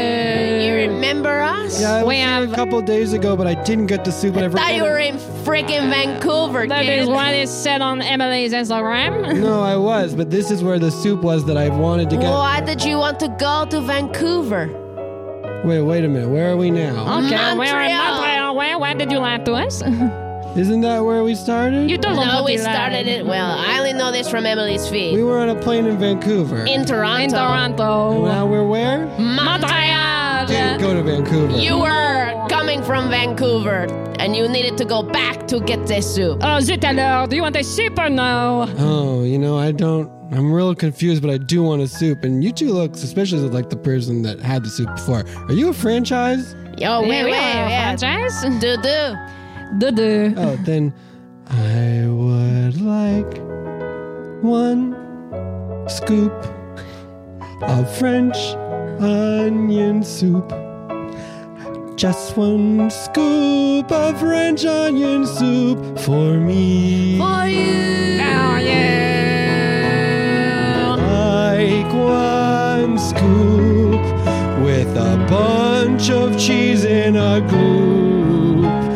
deux. Remember us? Yeah, I We was here have- a couple days ago, but I didn't get the soup. and I Thought you forgot were it. in freaking Vancouver, That is kid. what is said on Emily's Instagram. No, I was, but this is where the soup was that I wanted to get. Why did you want to go to Vancouver? Wait, wait a minute. Where are we now? Okay, we're in Montreal. eh? (laughs) Montreal. Where, where did you lie to us? Isn't that where we started? You don't know we started it. Well, I only know this from Emily's feed. we were on a plane in Vancouver. in Toronto. In Toronto. now we're where? Montreal. Didn't go to Vancouver. You were coming from Vancouver and you needed to go back to get the soup. Oh, zut alors. Do you want a soup or no? oh, you know, I don't. I'm real confused, but I do want a soup. And you two look suspicious of like the person that had the soup before. Are you a franchise? Yo, wait, Yeah, wait, we are a yeah. franchise. Do do. Duh-duh. (laughs) Oh, then I would like one scoop of French onion soup. Just one scoop of French onion soup for me. Like one scoop with a bunch of cheese in a gloop.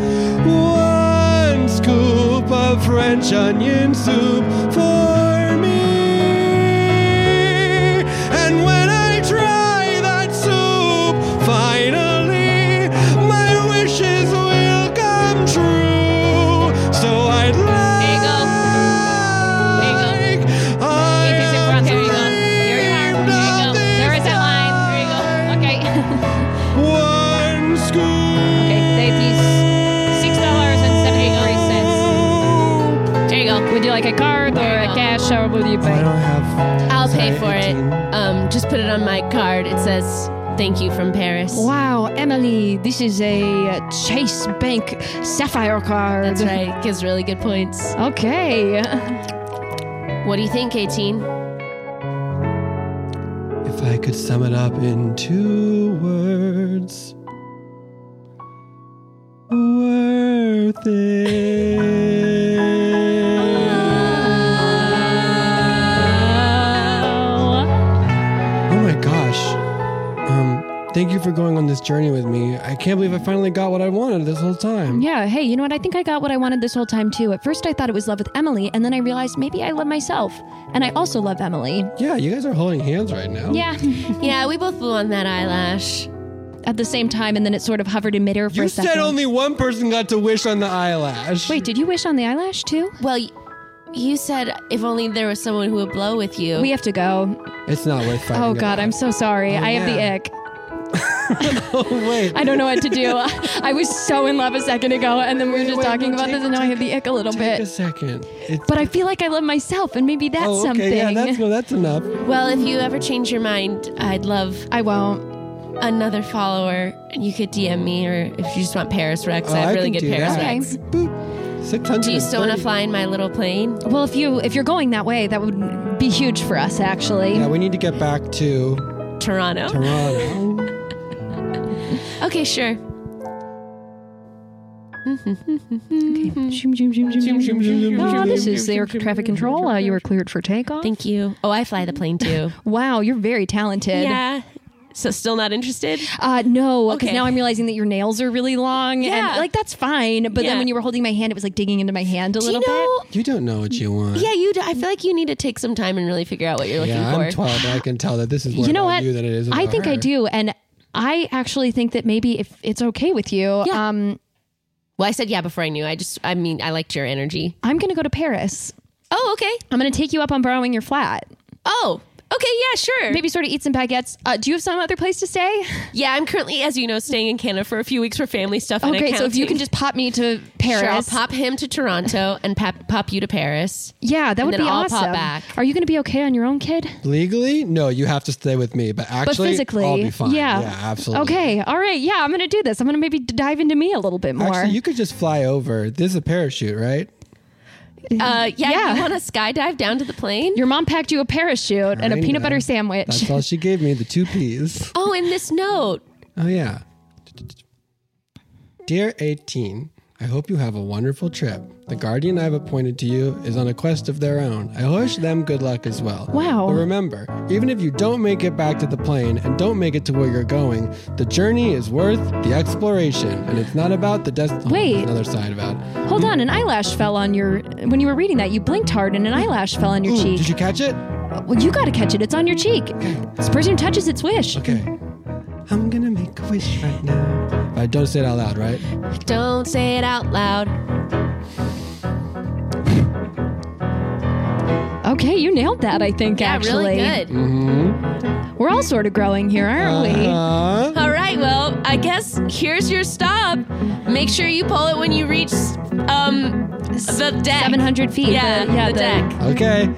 One scoop of French onion soup for me. And when I try that soup, finally, my wishes will come true. So I'd you go. like. There I It is in front. Here you go. Here you are. Here you go. There am dreamed of is this a line. Here you go. Okay. (laughs) One scoop. okay. That is six dollars and seventy-three cents. There you go. Would you like a card or a cash or would you I pay? don't have. I'll Sorry, pay for it. 18. Um, just put it on my card. It says thank you from Paris. Wow, Emily, this is a Chase Bank Sapphire card. That's right. Gives really good points. Okay. What do you think, 18? If I could sum it up in two words, worth it. Oh my gosh. Um, thank you for going on this journey with me. I can't believe I finally got what I wanted this whole time. Yeah, hey, you know what? I think I got what I wanted this whole time, too. At first, I thought it was love with Emily, and then I realized maybe I love myself. And I also love Emily. Yeah, you guys are holding hands right now. Yeah. (laughs) Yeah, we both blew on that eyelash. At the same time, and then it sort of hovered in midair for You a second. said only one person got to wish on the eyelash. Wait, did you wish on the eyelash, too? Well, y- you said if only there was someone who would blow with you. We have to go. It's not worth fighting. Oh, God, I'm so sorry. I have yeah. (laughs) the ick. about. Wait. I don't know what to do. I was so in love a second ago, and then we were Wait, just wait, talking no, about take- this, and now I have the ick a little Take a bit. second. It's, But I feel like I love myself, and maybe that's oh, okay, something. Yeah, that's no, that's enough. well, if you ever change your mind, I'd love I won't. another follower. You could DM me, or if you just want Paris Rex, Oh, I have I really can good do Paris that. Rex. Okay. Six hundred. Do you still want to fly in my little plane? Well, if you if you're going that way, that would be huge for us, actually. Yeah, we need to get back to (laughs) Toronto. Toronto. okay, sure. Oh, this is the air traffic control. Uh, you were cleared for takeoff. Thank you. Oh, I fly the plane (laughs) too. wow, you're very talented. yeah. So still not interested? Uh, no, because Okay. now I'm realizing that your nails are really long. Yeah. And, like, that's fine. But Yeah. then when you were holding my hand, it was like digging into my hand a Do you little know? you don't know what you want. Yeah, you. Do. I feel like you need to take some time and really figure out what you're Yeah, looking I'm for. 12. but I can tell that this is bit. more You know about what? you than it is. About I think her. I do. And I actually think that maybe if it's okay with you, Yeah. um, Well, I said yeah before I knew. I just, I mean, I liked your energy. I'm going to go to Paris. Oh, okay. I'm going to take you up on borrowing your flat. Oh, okay. Yeah, sure. Maybe sort of eat some baguettes. Uh, do you have some other place to stay? Yeah, I'm currently, as you know, staying in Canada for a few weeks for family stuff. Oh, and great. So if you accounting. can just pop me to Paris. Sure, I'll pop him to Toronto and pop, pop you to Paris. Yeah, that would then be I'll awesome. pop back. Are you going to be okay on your own, kid? Legally, no, you have to stay with me. But But actually, physically, I'll be fine. yeah, absolutely. Okay, all right. Yeah, I'm going to do this. I'm going to maybe d- dive into me a little bit more. Actually, you could just fly over. This is a parachute, right? Uh, yeah, Mm-hmm. Yeah. you want to skydive down to the plane? your mom packed you a parachute and a I know. peanut butter sandwich. That's all she gave me. The two P's. oh, and this note. Oh, yeah. Dear 18, I hope you have a wonderful trip. The guardian I've appointed to you is on a quest of their own. I wish them good luck as well. Wow. But remember, even if you don't make it back to the plane and don't make it to where you're going, the journey is worth the exploration. And it's not about the destination. Wait. another side about it. Hold on, an eyelash fell on your. When you were reading that, you blinked hard and an eyelash fell on your Ooh, cheek. did you catch it? well, you got to catch it. It's on your cheek. This person touches its wish. Okay. I'm gonna make a wish right now. I don't say it out loud, right? Don't say it out loud. Okay, you nailed that, I think, Yeah, actually. really good. Mm-hmm. We're all sort of growing here, aren't Uh, All right, well, I guess here's your stop. Make sure you pull it when you reach um the we? deck. 700 feet. Yeah, the, yeah, the, deck. okay.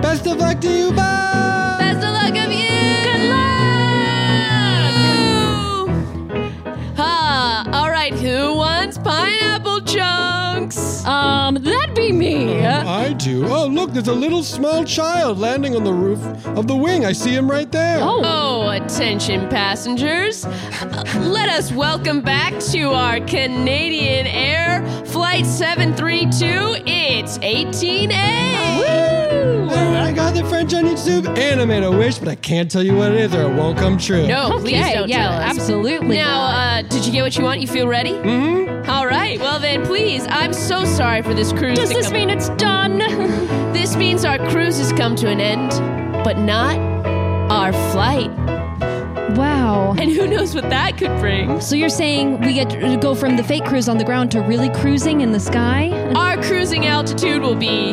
Best of luck to you, bye. Best of luck of you. Good luck. Ah, all right. Who wants pineapple chunks? Um, that'd be me. I do. Oh, look, there's a little small child landing on the roof of the wing. I see him right there. Oh, Oh, attention passengers. Uh, Let us welcome back to our Canadian Air Flight 732. It's 18A. There, I got the French onion soup and I made a wish, but I can't tell you what it is or it won't come true. No, please okay. don't Yeah, tell us. absolutely. Now, uh, did you get what you want? You feel ready? Mm-hmm. All right. Well, then, please. I'm so sorry for this cruise. Does to this come- mean it's done? (laughs) This means our cruise has come to an end, but not our flight. wow. And who knows what that could bring? So you're saying we get to go from the fake cruise on the ground to really cruising in the sky? Our cruising altitude will be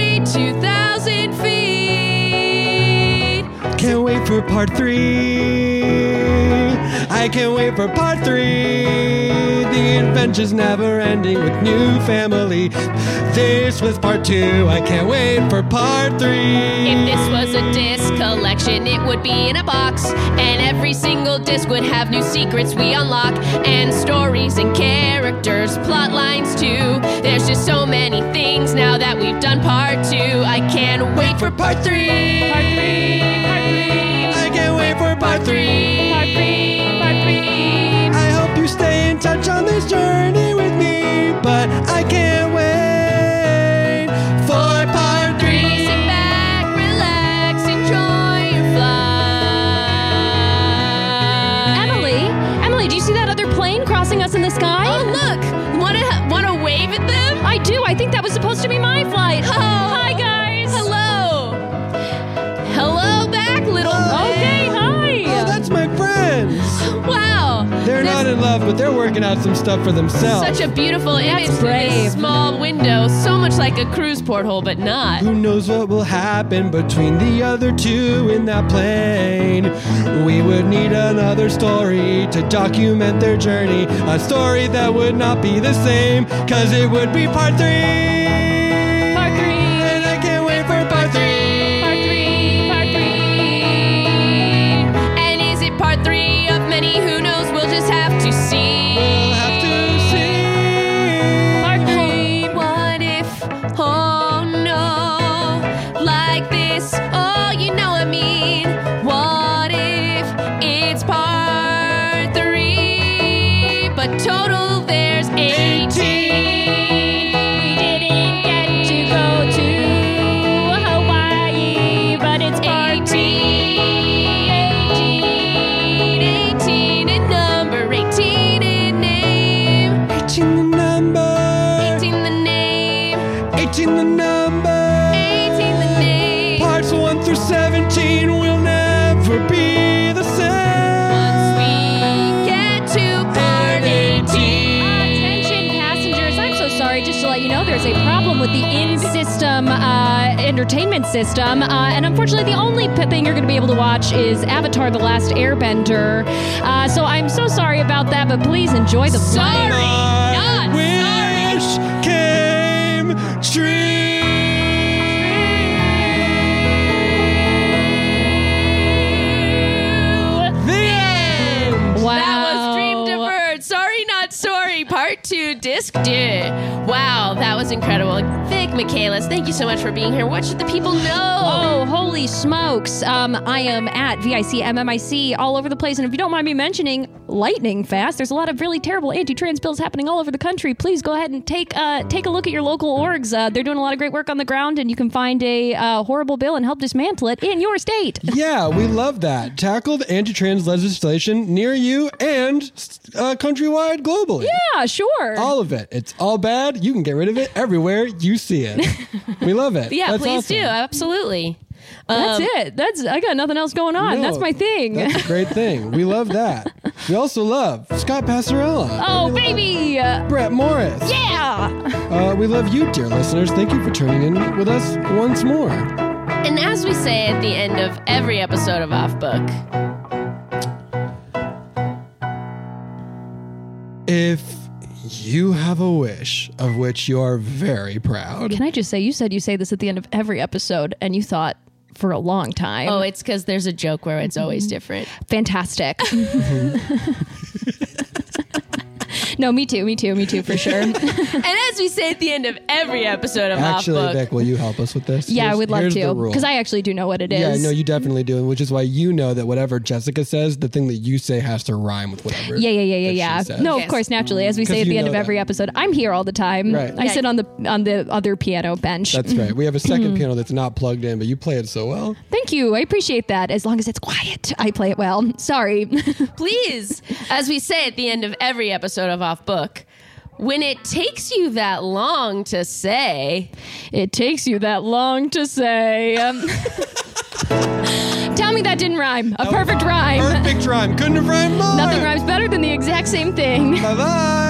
32,000 feet. Can't wait for part three. I can't wait for part three. The adventure's never ending with new family. This was part two. I can't wait for part three. If this was a disc collection, it would be in a box. And every single disc would have new secrets we unlock, and stories and characters, plot lines too. There's just so many things now that we've done part two. I can't wait for part three. Part three. Part three. I can't wait for part three. Part three. Part three. I hope you stay in touch on this journey with me, but I can't wait for part Three. three. Sit back, relax, enjoy your flight. Emily, Emily, do you see that other plane crossing us in the sky? Oh, look! Wanna wanna wave at them? I do. I think that was supposed to be my flight. Oh. Hi, guys. Hello. Hello back, little. Okay, Oh, hi. that's my friends. Wow. They're That's not in love, but they're working out some stuff for themselves. Such a beautiful image through brave. this small window. So much like a cruise porthole, but not. Who knows what will happen between the other two in that plane? We would need another story to document their journey. A story that would not be the same, cause it would be part three. Part three. And I can't wait for part three. Part three. Part three. And is it part three of many? Who knows? We'll just have to see. We'll have to see. Part three. What if? Oh no, like this. Oh, you know what I mean. What if it's part three, but total there's eighteen. We didn't get to go to Hawaii, but it's part eighteen. Eighteen in number, eighteen in name. 18 the number. 18 the name. 18 the number. 18 the name. Parts 1 through 17 will never be the same. Once we get to part 18. Attention passengers, I'm so sorry. Just to let you know, there's a problem with the in-system uh, entertainment system, uh, and unfortunately, the only p- thing you're going to be able to watch is Avatar: The Last Airbender. Uh, so I'm so sorry about that, but please enjoy the flight. Sorry, My not sorry. wish came true. The end. Wow. That was Dream Deferred. Sorry, not sorry. Part two, disc two. Wow, that was incredible. Vic Michaelis, thank you so much for being here. What should the people know? Oh, holy smokes. Um, I am at VICMMIC all over the place. And if you don't mind me mentioning, lightning fast, there's a lot of really terrible anti trans bills happening all over the country. Please go ahead and take uh, take a look at your local orgs. Uh, they're doing a lot of great work on the ground, and you can find a uh, horrible bill and help dismantle it in your state. Yeah, we love that. Tackle the anti-trans legislation near you and uh, countrywide, globally. Yeah, sure. All of it. It's all bad. You can get rid of it everywhere you see it. (laughs) We love it. yeah, That's please awesome. do. Absolutely. That's it. That's I got nothing else going on. um, No, That's my thing. That's a great thing. We love that. We also love Scott Passarella. (laughs) Oh, baby. Uh, Brett Morris. yeah. Uh, we love you, dear listeners. Thank you for tuning in with us once more. And as we say at the end of every episode of Off Book, If you have a wish of which you are very proud, Can I just say, you said you say this at the end of every episode, and you thought for a long time. oh, it's because there's a joke where it's always different. fantastic. no, me too. Me too. Me too, for sure. And as we say at the end of every episode of actually, Off Book, Vic, will you help us with this? yeah, I Here's- would love here's the to. rule. Because I actually do know what it Yeah, is. no, you definitely do, which is why you know that whatever Jessica says, the thing that you say has to rhyme with whatever. yeah, yeah, yeah, that she yeah, yeah. says. Mm-hmm. No, of Yes. course, naturally, as we say at you the end know of that. every episode, I'm here all the time. Right. I Yeah. sit on the on the other piano bench. That's right. We have a second Mm-hmm. piano that's not plugged in, but you play it so well. Thank you. I appreciate that. As long as it's quiet, I play it well. Sorry. please, as we say at the end of every episode of Off Book, when it takes you that long to (laughs) say, It takes you that long to say. (laughs) Um, tell me that didn't rhyme. A perfect rhyme. Perfect rhyme. Couldn't have rhymed more. Nothing rhymes better than the exact same thing. Bye bye.